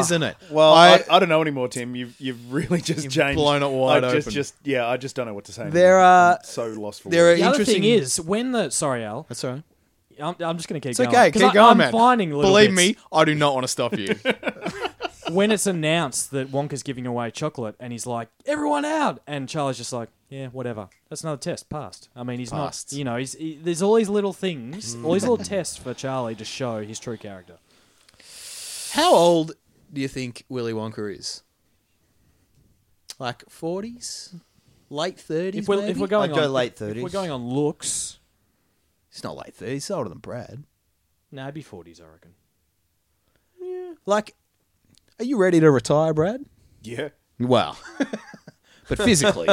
[SPEAKER 2] Isn't it?
[SPEAKER 4] Well, I,
[SPEAKER 2] I-
[SPEAKER 4] I don't know anymore, Tim. You've you've really just changed.
[SPEAKER 2] blown it wide
[SPEAKER 4] I just,
[SPEAKER 2] open.
[SPEAKER 4] Just yeah, I just don't know what to say.
[SPEAKER 2] There
[SPEAKER 4] anymore.
[SPEAKER 2] are-
[SPEAKER 1] uh,
[SPEAKER 4] I'm so lost for
[SPEAKER 2] there
[SPEAKER 4] words.
[SPEAKER 2] are
[SPEAKER 1] The other thing is
[SPEAKER 2] interesting.
[SPEAKER 1] when the sorry Al,
[SPEAKER 2] That's all right.
[SPEAKER 1] I'm, I'm just going to keep
[SPEAKER 2] It's
[SPEAKER 1] going.
[SPEAKER 2] okay.
[SPEAKER 1] 'Cause
[SPEAKER 2] Keep
[SPEAKER 1] I-
[SPEAKER 2] going,
[SPEAKER 1] I'm
[SPEAKER 2] man.
[SPEAKER 1] Finding little
[SPEAKER 2] Believe
[SPEAKER 1] bits.
[SPEAKER 2] me, I do not want to stop you.
[SPEAKER 1] when it's announced that Wonka's giving away chocolate and he's like, everyone out. And Charlie's just like, yeah, whatever. That's another test. Passed. I mean, he's
[SPEAKER 2] Passed. Mm.
[SPEAKER 1] not, you know, he's, he, there's all these little things, all these little tests for Charlie to show his true character.
[SPEAKER 2] how old do you think Willy Wonka is? Like forties, late thirties.
[SPEAKER 1] If we're, if we're going
[SPEAKER 5] I'd go
[SPEAKER 1] on,
[SPEAKER 5] late
[SPEAKER 1] If
[SPEAKER 5] 30s.
[SPEAKER 1] we're going on looks,
[SPEAKER 2] he's not late thirties. He's older than Brad.
[SPEAKER 1] no, it'd be 40s, I reckon.
[SPEAKER 2] Like, are you ready to retire, Brad?
[SPEAKER 4] yeah.
[SPEAKER 2] Well, but physically,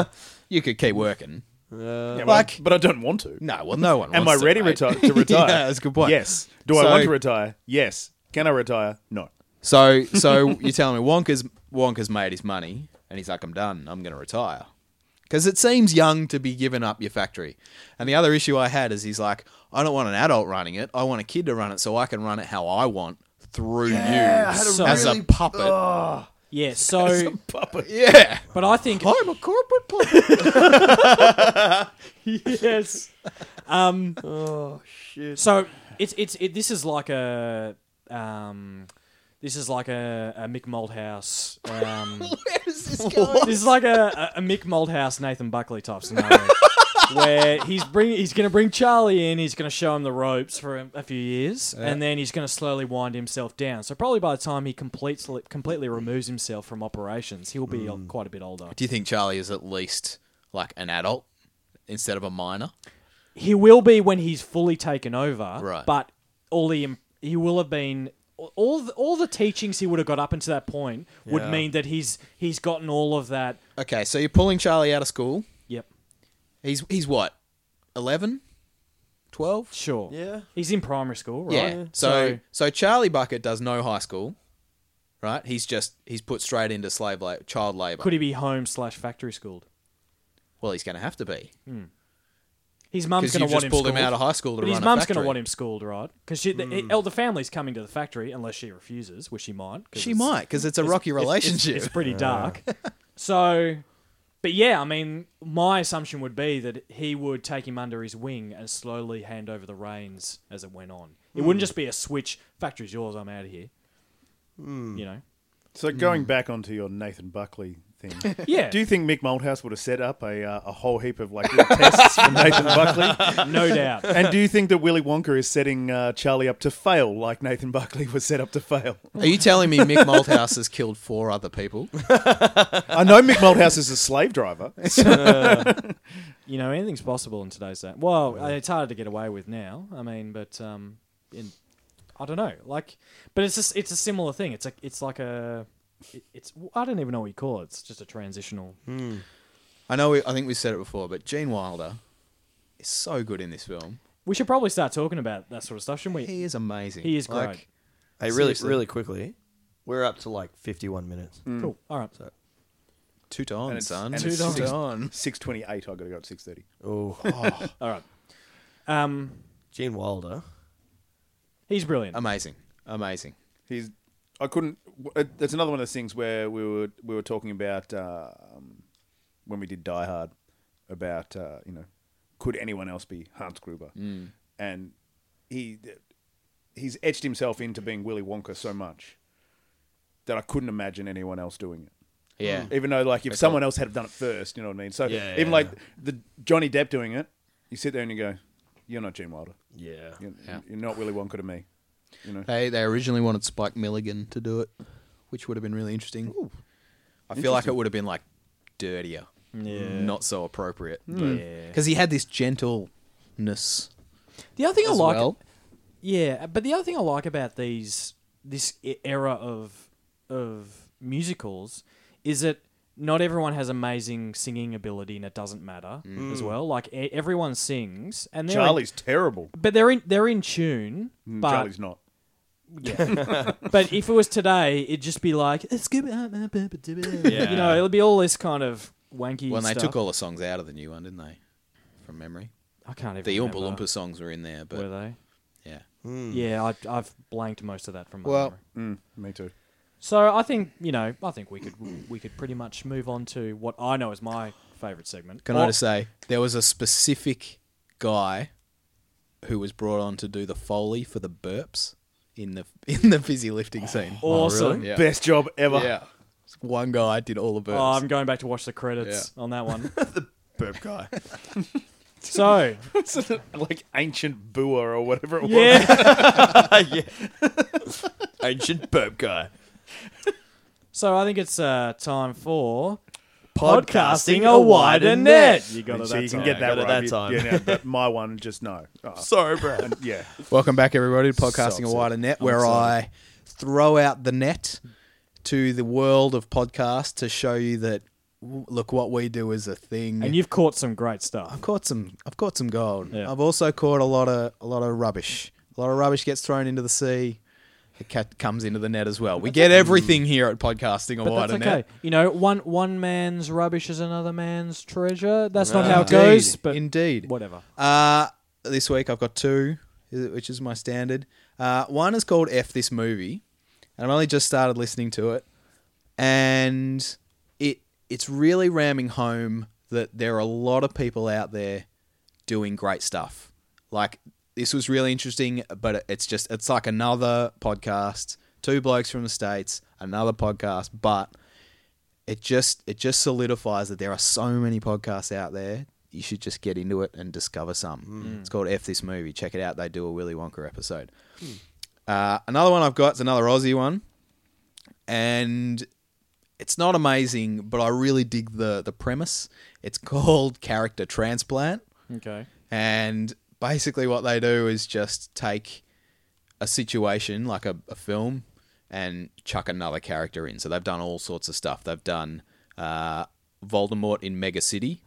[SPEAKER 2] you could keep working.
[SPEAKER 4] Yeah,
[SPEAKER 2] like-
[SPEAKER 4] but I, but I don't want to.
[SPEAKER 2] No, well, no one.
[SPEAKER 4] Am I
[SPEAKER 2] wants
[SPEAKER 4] ready
[SPEAKER 2] to, mate.
[SPEAKER 4] reti- to retire?
[SPEAKER 2] yeah, that's a good point.
[SPEAKER 4] Yes. Do I
[SPEAKER 2] So-
[SPEAKER 4] want to retire? Yes. Can I retire? No.
[SPEAKER 2] So, so you're telling me Wonka's Wonka's made his money, and he's like, "I'm done. I'm going to retire," because it seems young to be giving up your factory. And the other issue I had is he's like, "I don't want an adult running it. I want a kid to run it, so I can run it how I want through
[SPEAKER 5] I had
[SPEAKER 2] you
[SPEAKER 5] a
[SPEAKER 1] So-
[SPEAKER 2] as a
[SPEAKER 5] really-
[SPEAKER 2] puppet."
[SPEAKER 1] Yeah, so,
[SPEAKER 2] Yeah,
[SPEAKER 1] but I think
[SPEAKER 2] I'm a corporate puppet.
[SPEAKER 1] yes. Um, oh shit. So it's it's it, this is like a um, this is like a, a Mick Moldhouse. Um,
[SPEAKER 2] Where is this going?
[SPEAKER 1] this is like a, a, a Mick Moldhouse Nathan Buckley type scenario. where he's bring he's going to bring Charlie in. He's going to show him the ropes for a, a few years, and then he's going to slowly wind himself down. So probably by the time he completes completely removes himself from operations, he'll be uh, quite a bit older.
[SPEAKER 2] Do you think Charlie is at least like an adult instead of a minor?
[SPEAKER 1] He will be when he's fully taken over.
[SPEAKER 2] Right.
[SPEAKER 1] But all the im- he will have been all the, all the teachings he would have got up until that point would
[SPEAKER 5] Yeah.
[SPEAKER 1] mean that he's he's gotten all of that.
[SPEAKER 2] Okay, so you're pulling Charlie out of school.
[SPEAKER 1] Yep.
[SPEAKER 2] He's he's what? 11? 12?
[SPEAKER 1] Sure.
[SPEAKER 5] Yeah.
[SPEAKER 1] He's in primary school, right?
[SPEAKER 2] Yeah. So so Charlie Bucket does no high school, right? He's just he's put straight into slave labor, child labor.
[SPEAKER 1] could he be home slash factory schooled?
[SPEAKER 2] well, he's going to have to be
[SPEAKER 1] His mum's
[SPEAKER 2] because
[SPEAKER 1] going
[SPEAKER 2] you
[SPEAKER 1] to want
[SPEAKER 2] just
[SPEAKER 1] him
[SPEAKER 2] pulled
[SPEAKER 1] schooled.
[SPEAKER 2] him out of high school to
[SPEAKER 1] but
[SPEAKER 2] run
[SPEAKER 1] his
[SPEAKER 2] a
[SPEAKER 1] mum's
[SPEAKER 2] factory. Hmm.
[SPEAKER 1] going to want him schooled, right? Because the, the elder family's coming to the factory unless she refuses, which she might. 'cause
[SPEAKER 2] She
[SPEAKER 1] it's-
[SPEAKER 2] might because it's a rocky
[SPEAKER 1] it's- it's-
[SPEAKER 2] relationship.
[SPEAKER 1] It's, pretty dark. so, but yeah, I mean, my assumption would be that he would take him under his wing and slowly hand over the reins as it went on. It
[SPEAKER 2] Hmm.
[SPEAKER 1] wouldn't just be a switch. Factory's yours. I'm out of here.
[SPEAKER 2] Hmm.
[SPEAKER 1] You know.
[SPEAKER 4] So going back onto your Nathan Buckley thing,
[SPEAKER 1] Yeah.
[SPEAKER 4] do you think Mick Malthouse would have set up a uh, a whole heap of like little tests for Nathan Buckley?
[SPEAKER 1] no doubt.
[SPEAKER 4] And do you think that Willy Wonka is setting uh, Charlie up to fail like Nathan Buckley was set up to fail?
[SPEAKER 2] Are you telling me Mick Malthouse has killed four other people?
[SPEAKER 4] I know Mick Malthouse is a slave driver.
[SPEAKER 1] You know, anything's possible in today's day. Well, uh, it's harder to get away with now. I mean, but um, in, I don't know. Like, but it's just, it's a similar thing. It's like it's like a it- it's I don't even know what you call it. It's just a transitional.
[SPEAKER 2] I know. We, I think we said it before, but Gene Wilder is so good in this film.
[SPEAKER 1] We should probably start talking about that sort of stuff, shouldn't we?
[SPEAKER 2] He is amazing.
[SPEAKER 1] He is great.
[SPEAKER 2] Like,
[SPEAKER 5] Hey, really,
[SPEAKER 2] Seriously.
[SPEAKER 5] really quickly, we're up to like 51 minutes.
[SPEAKER 1] Cool. All right.
[SPEAKER 2] two
[SPEAKER 4] And
[SPEAKER 2] times,
[SPEAKER 4] it's-
[SPEAKER 2] son.
[SPEAKER 4] and
[SPEAKER 1] Two
[SPEAKER 4] it's
[SPEAKER 1] times.
[SPEAKER 4] six-
[SPEAKER 2] on.
[SPEAKER 4] 6.28, I got to go at 6.30.
[SPEAKER 5] Oh,
[SPEAKER 1] All right. Um,
[SPEAKER 5] Gene Wilder.
[SPEAKER 1] he's brilliant.
[SPEAKER 4] Um,
[SPEAKER 2] Amazing, amazing.
[SPEAKER 4] He's, I couldn't, it- it's another one of those things where we were, we were talking about um, when we did Die Hard, about, uh, you know, could anyone else be Hans Gruber?
[SPEAKER 5] Mm.
[SPEAKER 4] And he, he's etched himself into being Willy Wonka so much that I couldn't imagine anyone else doing it.
[SPEAKER 2] Yeah.
[SPEAKER 4] Even though, like, if someone else had done it first, you know what I mean. So
[SPEAKER 5] Yeah,
[SPEAKER 4] even
[SPEAKER 5] yeah.
[SPEAKER 4] like the Johnny Depp doing it, you sit there and you go, "You're not Gene Wilder.
[SPEAKER 5] Yeah.
[SPEAKER 4] You're,
[SPEAKER 2] Yeah.
[SPEAKER 4] you're not Willy Wonka to me." You know.
[SPEAKER 2] They they originally wanted Spike Milligan to do it, which would have been really interesting. I feel like it would have been like dirtier,
[SPEAKER 1] Yeah. Hmm.
[SPEAKER 2] not so appropriate.
[SPEAKER 1] Yeah.
[SPEAKER 2] Because he had this gentleness
[SPEAKER 1] The other thing I
[SPEAKER 2] as
[SPEAKER 1] like,
[SPEAKER 2] well.
[SPEAKER 1] yeah, but the other thing I like about these this e- era of of musicals is that not everyone has amazing singing ability, and it doesn't matter
[SPEAKER 2] Mm.
[SPEAKER 1] as well. Like e- everyone sings, and they're in-
[SPEAKER 4] Charlie's terrible.
[SPEAKER 1] but they're in they're in tune.
[SPEAKER 4] Mm,
[SPEAKER 1] But
[SPEAKER 4] Charlie's not.
[SPEAKER 1] yeah. but if it was today, it'd just be like it's good. You know, it'll be all this kind of wanky.
[SPEAKER 2] When they
[SPEAKER 1] stuff.
[SPEAKER 2] took all the songs out of the new one, didn't they? From memory,
[SPEAKER 1] I can't even
[SPEAKER 2] the Oompa
[SPEAKER 1] remember.
[SPEAKER 2] Loompa songs were in there,
[SPEAKER 1] were
[SPEAKER 2] but
[SPEAKER 1] they?
[SPEAKER 2] yeah,
[SPEAKER 1] Yeah, I, I've blanked most of that from my
[SPEAKER 2] Well-
[SPEAKER 1] memory.
[SPEAKER 4] Mm, me too.
[SPEAKER 1] So I think you know, I think we could we could pretty much move on to what I know is my favorite segment. Oh,
[SPEAKER 2] Can I just say there was a specific guy who was brought on to do the foley for the burps in the in the fizzy lifting scene. Oh,
[SPEAKER 1] awesome?
[SPEAKER 2] Yeah.
[SPEAKER 4] Best job ever.
[SPEAKER 2] Yeah, one guy did all the burps.
[SPEAKER 1] Oh, I'm going back to watch the credits on that one.
[SPEAKER 5] Burp guy.
[SPEAKER 1] So
[SPEAKER 4] It's like ancient Bua or whatever it was.
[SPEAKER 1] yeah,
[SPEAKER 5] yeah. Ancient burp guy.
[SPEAKER 1] so I think it's uh, time for
[SPEAKER 5] Podcasting a wider net.
[SPEAKER 1] You got it.
[SPEAKER 4] So you
[SPEAKER 1] that
[SPEAKER 4] can
[SPEAKER 1] time.
[SPEAKER 4] get that
[SPEAKER 5] Got it
[SPEAKER 4] right.
[SPEAKER 5] that
[SPEAKER 4] You-
[SPEAKER 5] time.
[SPEAKER 4] Yeah, no, but my one, just no. Oh,
[SPEAKER 5] Sorry, bro.
[SPEAKER 4] yeah.
[SPEAKER 2] Welcome back, everybody, to Podcasting
[SPEAKER 5] So
[SPEAKER 2] a
[SPEAKER 5] upset.
[SPEAKER 2] Wider Net, where
[SPEAKER 5] excited.
[SPEAKER 2] I throw out the net to the world of podcasts to show you that w- look what we do is a thing.
[SPEAKER 1] And you've caught some great stuff.
[SPEAKER 2] I've caught some. I've caught some gold.
[SPEAKER 1] Yeah.
[SPEAKER 2] I've also caught a lot of a lot of rubbish. A lot of rubbish gets thrown into the sea. It cat comes into the net as well. We get everything here at podcasting a
[SPEAKER 1] But that's
[SPEAKER 2] wider
[SPEAKER 1] okay.
[SPEAKER 2] net.
[SPEAKER 1] You know, one one man's rubbish is another man's treasure. That's not
[SPEAKER 5] Right.
[SPEAKER 1] how it goes. But
[SPEAKER 2] Indeed.
[SPEAKER 1] whatever.
[SPEAKER 2] Uh, this week I've got two, which is my standard. Uh, one is called F This Movie, and I've only just started listening to it, and it it's really ramming home that there are a lot of people out there doing great stuff. Like this was really interesting, but it- it's just it's like another podcast, two blokes from the states, another podcast, but it just it just solidifies that there are so many podcasts out there you should just get into it and discover some. It's called F This Movie. Check it out. They do a Willy Wonka episode. Uh, another one I've got is another Aussie one, and it's not amazing, but I really dig the the premise. It's called Character Transplant.
[SPEAKER 1] Okay.
[SPEAKER 2] And basically, what they do is just take a situation like a, a film and chuck another character in. So they've done all sorts of stuff. They've done uh, Voldemort in Mega City.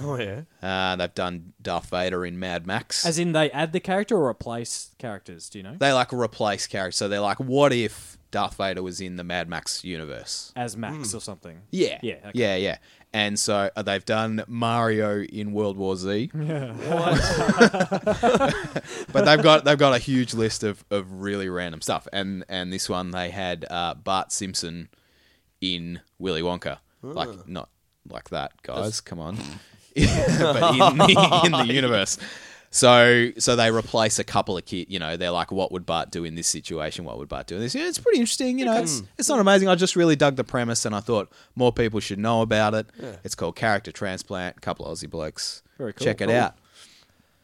[SPEAKER 5] Oh yeah.
[SPEAKER 2] Uh, they've done Darth Vader in Mad Max.
[SPEAKER 1] As in, they add the character or replace characters. Do you know?
[SPEAKER 2] they like replace characters. So they're like, what if Darth Vader was in the Mad Max universe?
[SPEAKER 1] As Max or something.
[SPEAKER 2] Mm. Yeah.
[SPEAKER 1] Yeah. Okay.
[SPEAKER 2] Yeah, yeah. And so uh, they've done Mario in World War Z. but they've got they've got a huge list of, of really random stuff. And and this one they had uh, Bart Simpson in Willy Wonka.
[SPEAKER 1] Ah.
[SPEAKER 2] Like not like that, guys. Come on. but in the, in the universe. So so they replace a couple of kids. You know, they're like, what would Bart do in this situation? What would Bart do in this? Yeah, it's pretty interesting. You know, it's it's not amazing. I just really dug the premise, and I thought more people should know about it. It's called Character Transplant. A couple of Aussie blokes.
[SPEAKER 1] Very cool.
[SPEAKER 2] Check it
[SPEAKER 1] Cool.
[SPEAKER 2] out.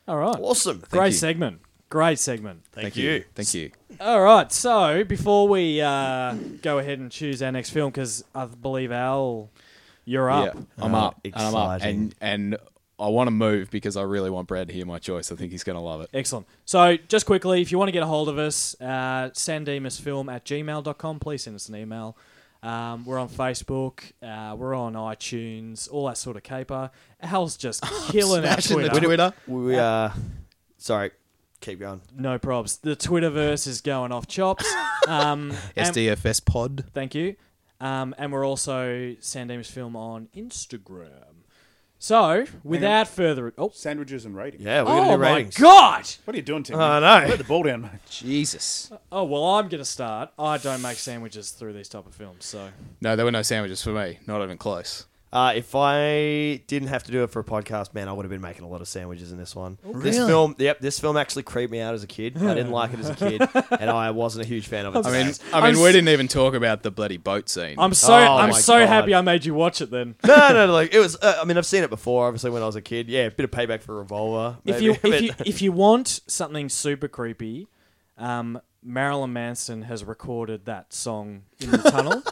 [SPEAKER 1] All right.
[SPEAKER 5] Awesome.
[SPEAKER 1] Great
[SPEAKER 2] you.
[SPEAKER 1] segment. Great segment.
[SPEAKER 5] Thank, you.
[SPEAKER 2] Thank you.
[SPEAKER 1] All right. So before we uh, go ahead and choose our next film, because I believe Al, you're up.
[SPEAKER 2] Yeah, I'm up. And I'm up.
[SPEAKER 5] exciting.
[SPEAKER 2] And and I want to move because I really want Brad to hear my choice. I think he's going to love it.
[SPEAKER 1] Excellent. So, just quickly, if you want to get a hold of us, uh, sandemusfilm at gmail.com. Please send us an email. Um, we're on Facebook. Uh, we're on iTunes, all that sort of caper. Al's just killing our
[SPEAKER 2] Smashing
[SPEAKER 1] Twitter.
[SPEAKER 2] the Twitter.
[SPEAKER 5] We uh, sorry. Keep going.
[SPEAKER 1] No probs. The Twitterverse is going off chops. Um, and-
[SPEAKER 2] SDFS pod.
[SPEAKER 1] Thank you. Um, and we're also Sandemus Film on Instagram. So, without further ado, oh,
[SPEAKER 4] Sandwiches and ratings.
[SPEAKER 5] Yeah, we're
[SPEAKER 1] oh
[SPEAKER 5] gonna do
[SPEAKER 1] my
[SPEAKER 5] ratings.
[SPEAKER 1] god!
[SPEAKER 4] What are you doing, Tim?
[SPEAKER 5] I know.
[SPEAKER 4] Let the ball down, mate.
[SPEAKER 2] Jesus.
[SPEAKER 1] Oh well, I'm gonna start. I don't make sandwiches through these type of films, so
[SPEAKER 2] No, there were no sandwiches for me. Not even close.
[SPEAKER 5] Uh, if I didn't have to do it for a podcast, man, I would have been making a lot of sandwiches in this one. This
[SPEAKER 2] Really?
[SPEAKER 5] film, yep, this film actually creeped me out as a kid. I didn't like it as a kid, and I wasn't a huge fan of it.
[SPEAKER 2] I
[SPEAKER 5] today.
[SPEAKER 2] mean, I mean,
[SPEAKER 1] I'm
[SPEAKER 2] we
[SPEAKER 1] s-
[SPEAKER 2] didn't even talk about the bloody boat scene.
[SPEAKER 1] I'm so
[SPEAKER 5] Oh
[SPEAKER 1] I'm
[SPEAKER 5] my
[SPEAKER 1] so
[SPEAKER 5] God.
[SPEAKER 1] happy I made you watch it. Then
[SPEAKER 5] no, no, no, like it was. Uh, I mean, I've seen it before, obviously when I was a kid. Yeah, a bit of payback for Revolver.
[SPEAKER 1] if
[SPEAKER 5] maybe,
[SPEAKER 1] you
[SPEAKER 5] but-
[SPEAKER 1] if you if you want something super creepy, um, Marilyn Manson has recorded that song in the tunnel.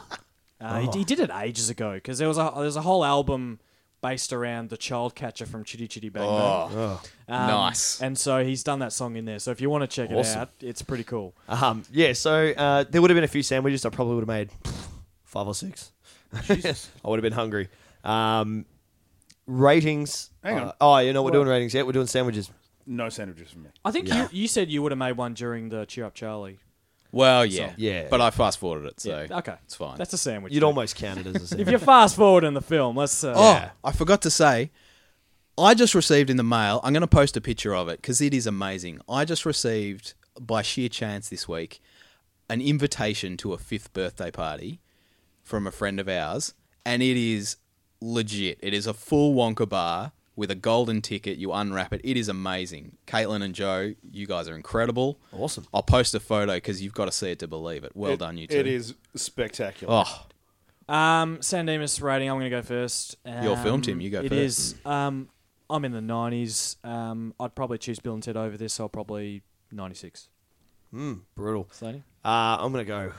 [SPEAKER 1] Uh, he, he did it ages ago because there was a there was a whole album based around the child catcher from Chitty Chitty Bang Bang.
[SPEAKER 2] oh,
[SPEAKER 1] Um,
[SPEAKER 2] nice.
[SPEAKER 1] And so he's done that song in there. So if you want to check it
[SPEAKER 2] Awesome.
[SPEAKER 1] out, it's pretty cool.
[SPEAKER 5] um, yeah, so uh, there would have been a few sandwiches. I probably would have made five or six. I would have been hungry. Um, ratings.
[SPEAKER 4] Hang on.
[SPEAKER 5] Uh, oh, you know we're doing ratings yet. We're doing sandwiches.
[SPEAKER 4] No sandwiches for me.
[SPEAKER 1] I think you, you said you would have made one during the Cheer Up Charlie.
[SPEAKER 2] well, yeah,
[SPEAKER 5] So- Yeah.
[SPEAKER 2] But I fast forwarded it, so
[SPEAKER 1] Yeah, okay,
[SPEAKER 2] it's fine.
[SPEAKER 1] That's a sandwich.
[SPEAKER 5] You'd
[SPEAKER 1] then.
[SPEAKER 5] almost count it as a sandwich.
[SPEAKER 1] If you fast forward in the film, let's. Uh,
[SPEAKER 2] Oh, I forgot to say, I just received in the mail. I'm going to post a picture of it because it is amazing. I just received by sheer chance this week an invitation to a fifth birthday party from a friend of ours, and it is legit. It is a full Wonka bar with a golden ticket. You unwrap it. It is amazing. Caitlin and Joe, you guys are incredible.
[SPEAKER 5] Awesome.
[SPEAKER 2] I'll post a photo because you've got to see it to believe it. Well
[SPEAKER 4] It-
[SPEAKER 2] done, you two.
[SPEAKER 4] It is spectacular.
[SPEAKER 2] Oh,
[SPEAKER 1] Um, Sandemus rating. I'm going to go first. Um,
[SPEAKER 2] Your film, Tim, you go
[SPEAKER 1] It
[SPEAKER 2] first.
[SPEAKER 1] is. Um, I'm in the 90s. Um, I'd probably choose Bill and Ted over this. So I'll probably 96.
[SPEAKER 5] Brutal.
[SPEAKER 1] Slaney?
[SPEAKER 5] Uh, I'm gonna go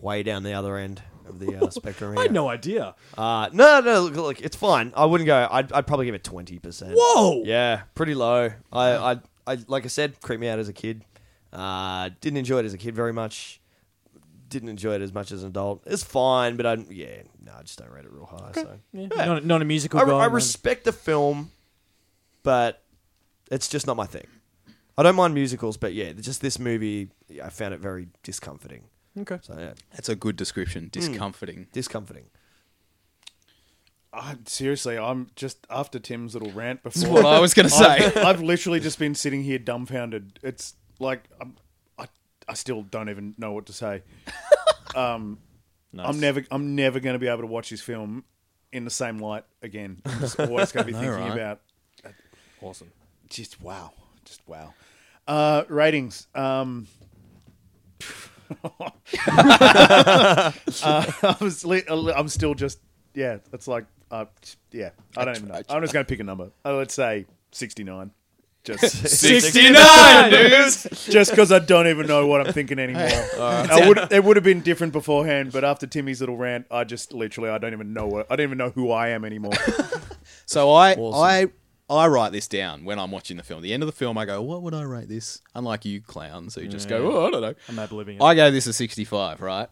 [SPEAKER 5] way down the other end of the uh, spectrum. Here.
[SPEAKER 1] I had no idea.
[SPEAKER 5] Uh, no, no, look, look, it's fine. I wouldn't go. I'd, I'd probably give it twenty percent.
[SPEAKER 1] Whoa!
[SPEAKER 5] Yeah, pretty low. I, I, I, like I said, creeped me out as a kid. Uh, didn't enjoy it as a kid very much. Didn't enjoy it as much as an adult. It's fine, but I, yeah, no, I just don't rate it real high. So
[SPEAKER 1] Yeah. Not, not a musical
[SPEAKER 5] I,
[SPEAKER 1] guy.
[SPEAKER 5] I
[SPEAKER 1] man.
[SPEAKER 5] respect the film, but it's just not my thing. I don't mind musicals, but yeah, just this movie, yeah, I found it very discomforting.
[SPEAKER 1] okay.
[SPEAKER 5] So yeah,
[SPEAKER 2] that's a good description. Discomforting.
[SPEAKER 5] discomforting.
[SPEAKER 4] I, seriously, I'm just after Tim's little rant before.
[SPEAKER 2] what I was gonna
[SPEAKER 4] I've-
[SPEAKER 2] say.
[SPEAKER 4] I've, literally just been sitting here dumbfounded. It's like I'm, I, I still don't even know what to say. Um,
[SPEAKER 1] Nice.
[SPEAKER 4] I'm never, I'm never going to be able to watch this film in the same light again. I'm just always going to be thinking
[SPEAKER 2] right?
[SPEAKER 4] about
[SPEAKER 1] awesome.
[SPEAKER 4] just wow, just wow. Uh, ratings. Um, uh, I'm, sli- I'm still just yeah. It's like Uh, yeah, I don't even know. I'm just going to pick a number. Uh, let's say 69. Just,
[SPEAKER 1] 69,
[SPEAKER 5] dudes.
[SPEAKER 4] just because I don't even know what I'm thinking anymore. I would, it would have been different beforehand, but after Timmy's little rant, I just literally I don't even know what I don't even know who I am anymore.
[SPEAKER 2] So I
[SPEAKER 5] Awesome.
[SPEAKER 2] I I write this down when I'm watching the film. At the end of the film, I go, "What would I rate this?" Unlike you clowns who just go, "Oh, I don't know."
[SPEAKER 1] I'm oblivious.
[SPEAKER 2] I gave this a 65, right?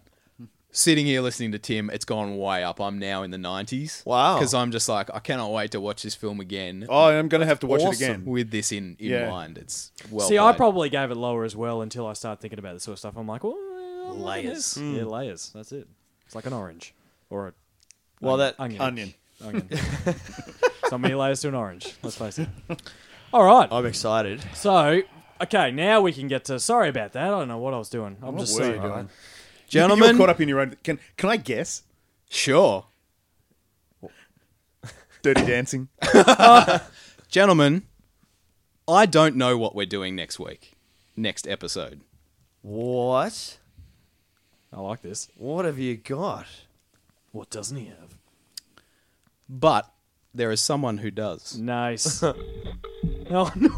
[SPEAKER 2] Sitting here listening to Tim, it's gone way up. I'm now in the 90s.
[SPEAKER 5] Wow.
[SPEAKER 2] Because I'm just like, I cannot wait to watch this film again
[SPEAKER 4] Oh, I'm going to have to watch it
[SPEAKER 5] Awesome.
[SPEAKER 4] again.
[SPEAKER 2] with this in, in
[SPEAKER 4] Yeah.
[SPEAKER 2] mind. It's well.
[SPEAKER 1] See, I
[SPEAKER 2] played.
[SPEAKER 1] probably gave it lower as well until I started thinking about this sort of stuff. I'm like, well, I like
[SPEAKER 2] Layers.
[SPEAKER 1] this. Yeah, layers. That's it. It's like an orange or a
[SPEAKER 5] Well, that
[SPEAKER 1] onion.
[SPEAKER 4] Onion.
[SPEAKER 1] Onion. so many layers to an orange. Let's face it. All right.
[SPEAKER 5] I'm excited.
[SPEAKER 1] So, okay, now we can get to. Sorry about that. I don't know what I was doing. I'm
[SPEAKER 4] What
[SPEAKER 1] just
[SPEAKER 4] were
[SPEAKER 1] so
[SPEAKER 4] you doing?
[SPEAKER 2] Gentlemen,
[SPEAKER 4] You're caught up in your own. Can can I guess?
[SPEAKER 2] sure.
[SPEAKER 4] Dirty Dancing.
[SPEAKER 2] Gentlemen, I don't know what we're doing next week, next episode.
[SPEAKER 5] What?
[SPEAKER 1] I like this.
[SPEAKER 5] What have you got?
[SPEAKER 1] What doesn't he have?
[SPEAKER 2] But there is someone who does.
[SPEAKER 1] Nice. oh, no.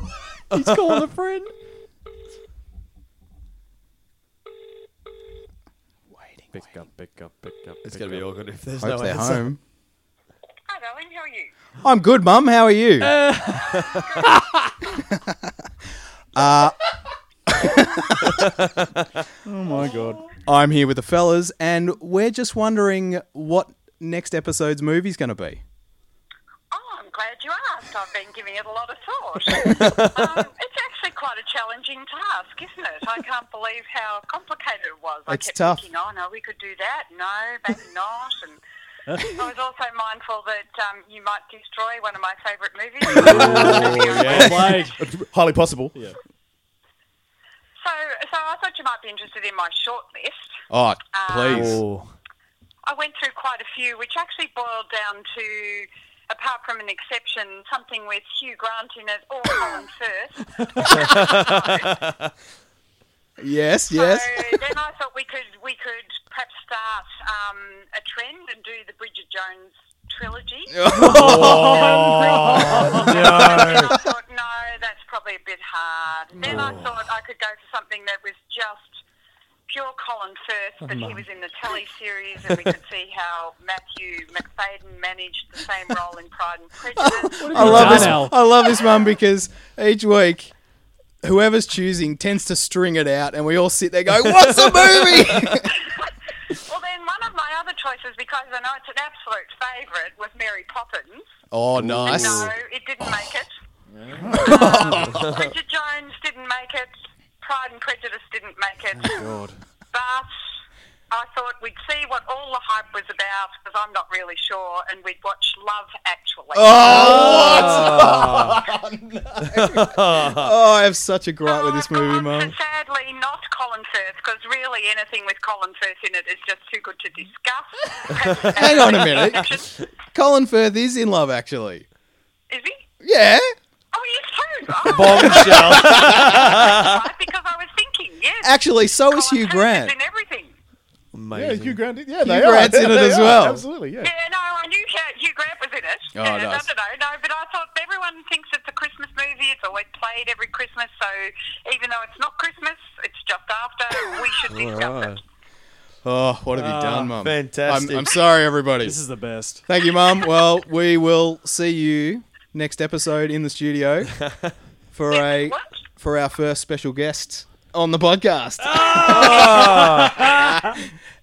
[SPEAKER 1] He's calling a friend.
[SPEAKER 2] Waiting.
[SPEAKER 1] Pick up, pick up, pick up.
[SPEAKER 5] It's
[SPEAKER 1] pick
[SPEAKER 5] gonna
[SPEAKER 1] up.
[SPEAKER 5] be awkward if there's
[SPEAKER 2] Hope
[SPEAKER 5] no
[SPEAKER 2] they're
[SPEAKER 5] answer.
[SPEAKER 2] home.
[SPEAKER 6] Hi, darling. How are you?
[SPEAKER 2] I'm good, Mum. How are you? Uh,
[SPEAKER 4] Oh my god.
[SPEAKER 2] I'm here with the fellas, and we're just wondering what next episode's movie's going to be.
[SPEAKER 6] Oh, I'm glad you asked. I've been giving it a lot of thought. um, it's actually quite a challenging task, isn't it? I can't believe how complicated it was. I
[SPEAKER 2] It's
[SPEAKER 6] kept
[SPEAKER 2] tough.
[SPEAKER 6] thinking, oh, no, we could do that. No, maybe not. And I was also mindful that um, you might destroy one of my favourite movies.
[SPEAKER 1] Well played.
[SPEAKER 4] Highly possible.
[SPEAKER 6] so, so I thought you might be interested in my short list.
[SPEAKER 2] Oh, please.
[SPEAKER 5] Oh,
[SPEAKER 6] I went through quite a few, which actually boiled down to, apart from an exception, something with Hugh Grant in it or Colin Firth.
[SPEAKER 2] Yes, yes.
[SPEAKER 6] So then I thought we could we could perhaps start um, a trend and do the Bridget Jones trilogy. Then I thought no, that's probably a bit hard. Then I thought I could go for something that was just pure Colin Firth, but he was in the telly series, and we could see how Matthew McFadden managed the same role in Pride and Prejudice.
[SPEAKER 2] I love this.
[SPEAKER 1] Darnell.
[SPEAKER 2] I love this one because each week, whoever's choosing tends to string it out, and we all sit there going, "What's the movie?"
[SPEAKER 6] Well, then one of my other choices, because I know it's an absolute favourite, was Mary Poppins.
[SPEAKER 2] oh,
[SPEAKER 6] But
[SPEAKER 2] nice.
[SPEAKER 6] No, it didn't make it. Um, Bridget Jones didn't make it. Pride and Prejudice didn't make it.
[SPEAKER 2] Oh,
[SPEAKER 1] God.
[SPEAKER 6] But I thought we'd see what all the hype was about, because I'm not really sure, and we'd watch Love Actually.
[SPEAKER 2] Oh, I have such a gripe with this
[SPEAKER 6] Oh,
[SPEAKER 2] movie,
[SPEAKER 6] God,
[SPEAKER 2] Mum.
[SPEAKER 6] so Sadly, not Colin Firth, because really anything with Colin Firth in it is just too good to discuss.
[SPEAKER 2] Hang on a minute. Colin Firth is in love, actually.
[SPEAKER 6] Is he?
[SPEAKER 2] Yeah.
[SPEAKER 6] Oh, he is too. Oh,
[SPEAKER 5] bombshell.
[SPEAKER 6] right, because I was thinking, yes.
[SPEAKER 2] Actually, so is
[SPEAKER 6] Colin
[SPEAKER 2] Hugh
[SPEAKER 6] Firth
[SPEAKER 2] Grant.
[SPEAKER 6] is in everything.
[SPEAKER 4] Yeah,
[SPEAKER 5] Amazing.
[SPEAKER 4] Hugh Grant. Yeah, they
[SPEAKER 2] Grant's
[SPEAKER 4] are.
[SPEAKER 2] in it
[SPEAKER 4] They
[SPEAKER 2] as
[SPEAKER 4] are,
[SPEAKER 2] well.
[SPEAKER 4] Absolutely. Yeah.
[SPEAKER 6] Yeah, no, I knew Hugh Hugh Grant was in it.
[SPEAKER 2] Oh, nice.
[SPEAKER 6] and I don't know, no, but I thought everyone thinks it's a Christmas movie. It's always played every Christmas, so even though it's not Christmas, it's just after. We should discuss
[SPEAKER 5] Alright.
[SPEAKER 6] it.
[SPEAKER 2] Oh, what have you done, Mum?
[SPEAKER 5] fantastic.
[SPEAKER 2] I'm, I'm sorry, everybody.
[SPEAKER 1] This is the best.
[SPEAKER 2] Thank you, Mum. Well, we will see you next episode in the studio for a
[SPEAKER 6] What?
[SPEAKER 2] for our first special guest on the podcast.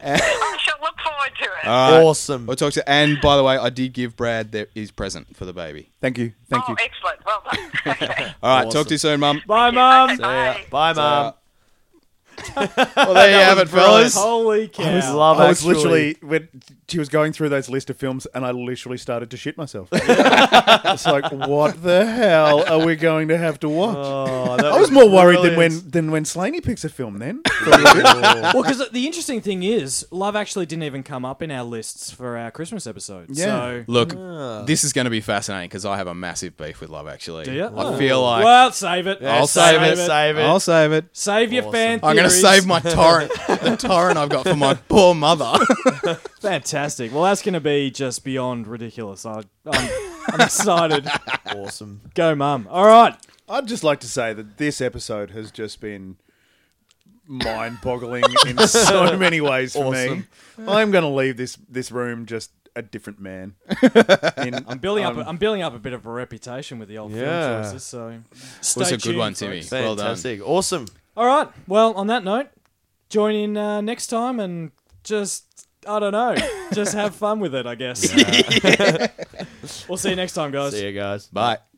[SPEAKER 6] I shall look forward to it.
[SPEAKER 2] Ah,
[SPEAKER 5] awesome.
[SPEAKER 2] We'll talk to. And by the way, I did give Brad the, his present for the baby.
[SPEAKER 4] Thank you. Thank
[SPEAKER 6] oh,
[SPEAKER 4] you.
[SPEAKER 6] excellent. Well done. Okay.
[SPEAKER 2] All right,
[SPEAKER 5] Awesome.
[SPEAKER 2] talk to you soon, Mum.
[SPEAKER 1] Bye, mum.
[SPEAKER 6] Okay, bye.
[SPEAKER 5] Bye,
[SPEAKER 4] uh,
[SPEAKER 1] Um,
[SPEAKER 5] mom.
[SPEAKER 2] Uh, Well, there you have it, fellas.
[SPEAKER 1] Holy cow.
[SPEAKER 5] Love
[SPEAKER 4] I was
[SPEAKER 5] Actually.
[SPEAKER 4] literally when she was going through those list of films, and I literally started to shit myself. it's like, what the hell are we going to have to watch?
[SPEAKER 5] Oh, that
[SPEAKER 4] I was more worried than
[SPEAKER 5] brilliant.
[SPEAKER 4] when than when Slaney picks a film. Then
[SPEAKER 1] Well, because the interesting thing is, love actually didn't even come up in our lists for our Christmas episode.
[SPEAKER 4] Yeah.
[SPEAKER 1] So,
[SPEAKER 2] Look, this is going to be fascinating because I have a massive beef with love. Actually,
[SPEAKER 1] Do ya? Oh,
[SPEAKER 2] I feel like
[SPEAKER 1] well, save it.
[SPEAKER 2] I'll save it.
[SPEAKER 5] Save it.
[SPEAKER 2] I'll save it.
[SPEAKER 1] Save your
[SPEAKER 5] Awesome.
[SPEAKER 1] fan.
[SPEAKER 2] I'm going going to
[SPEAKER 1] series.
[SPEAKER 2] save my torrent, the torrent I've got for my poor mother.
[SPEAKER 1] Fantastic. Well, that's going to be just beyond ridiculous. I, I'm, I'm excited.
[SPEAKER 5] Awesome.
[SPEAKER 1] Go, mum. All right.
[SPEAKER 4] I'd just like to say that this episode has just been mind-boggling in so many ways for me. I'm going to leave this this room just a different man. In-
[SPEAKER 1] I'm building
[SPEAKER 4] um,
[SPEAKER 1] up. I'm building up a bit of a reputation with the old
[SPEAKER 5] Yeah.
[SPEAKER 1] film choices. So, stay
[SPEAKER 2] was a good
[SPEAKER 1] tuned,
[SPEAKER 2] one,
[SPEAKER 1] folks.
[SPEAKER 2] Timmy. Well done.
[SPEAKER 5] Fantastic. Awesome.
[SPEAKER 1] All right. Well, on that note, join in uh, next time and just I don't know, just have fun with it. I guess. we'll see you next time, guys.
[SPEAKER 5] See you guys.
[SPEAKER 2] Bye.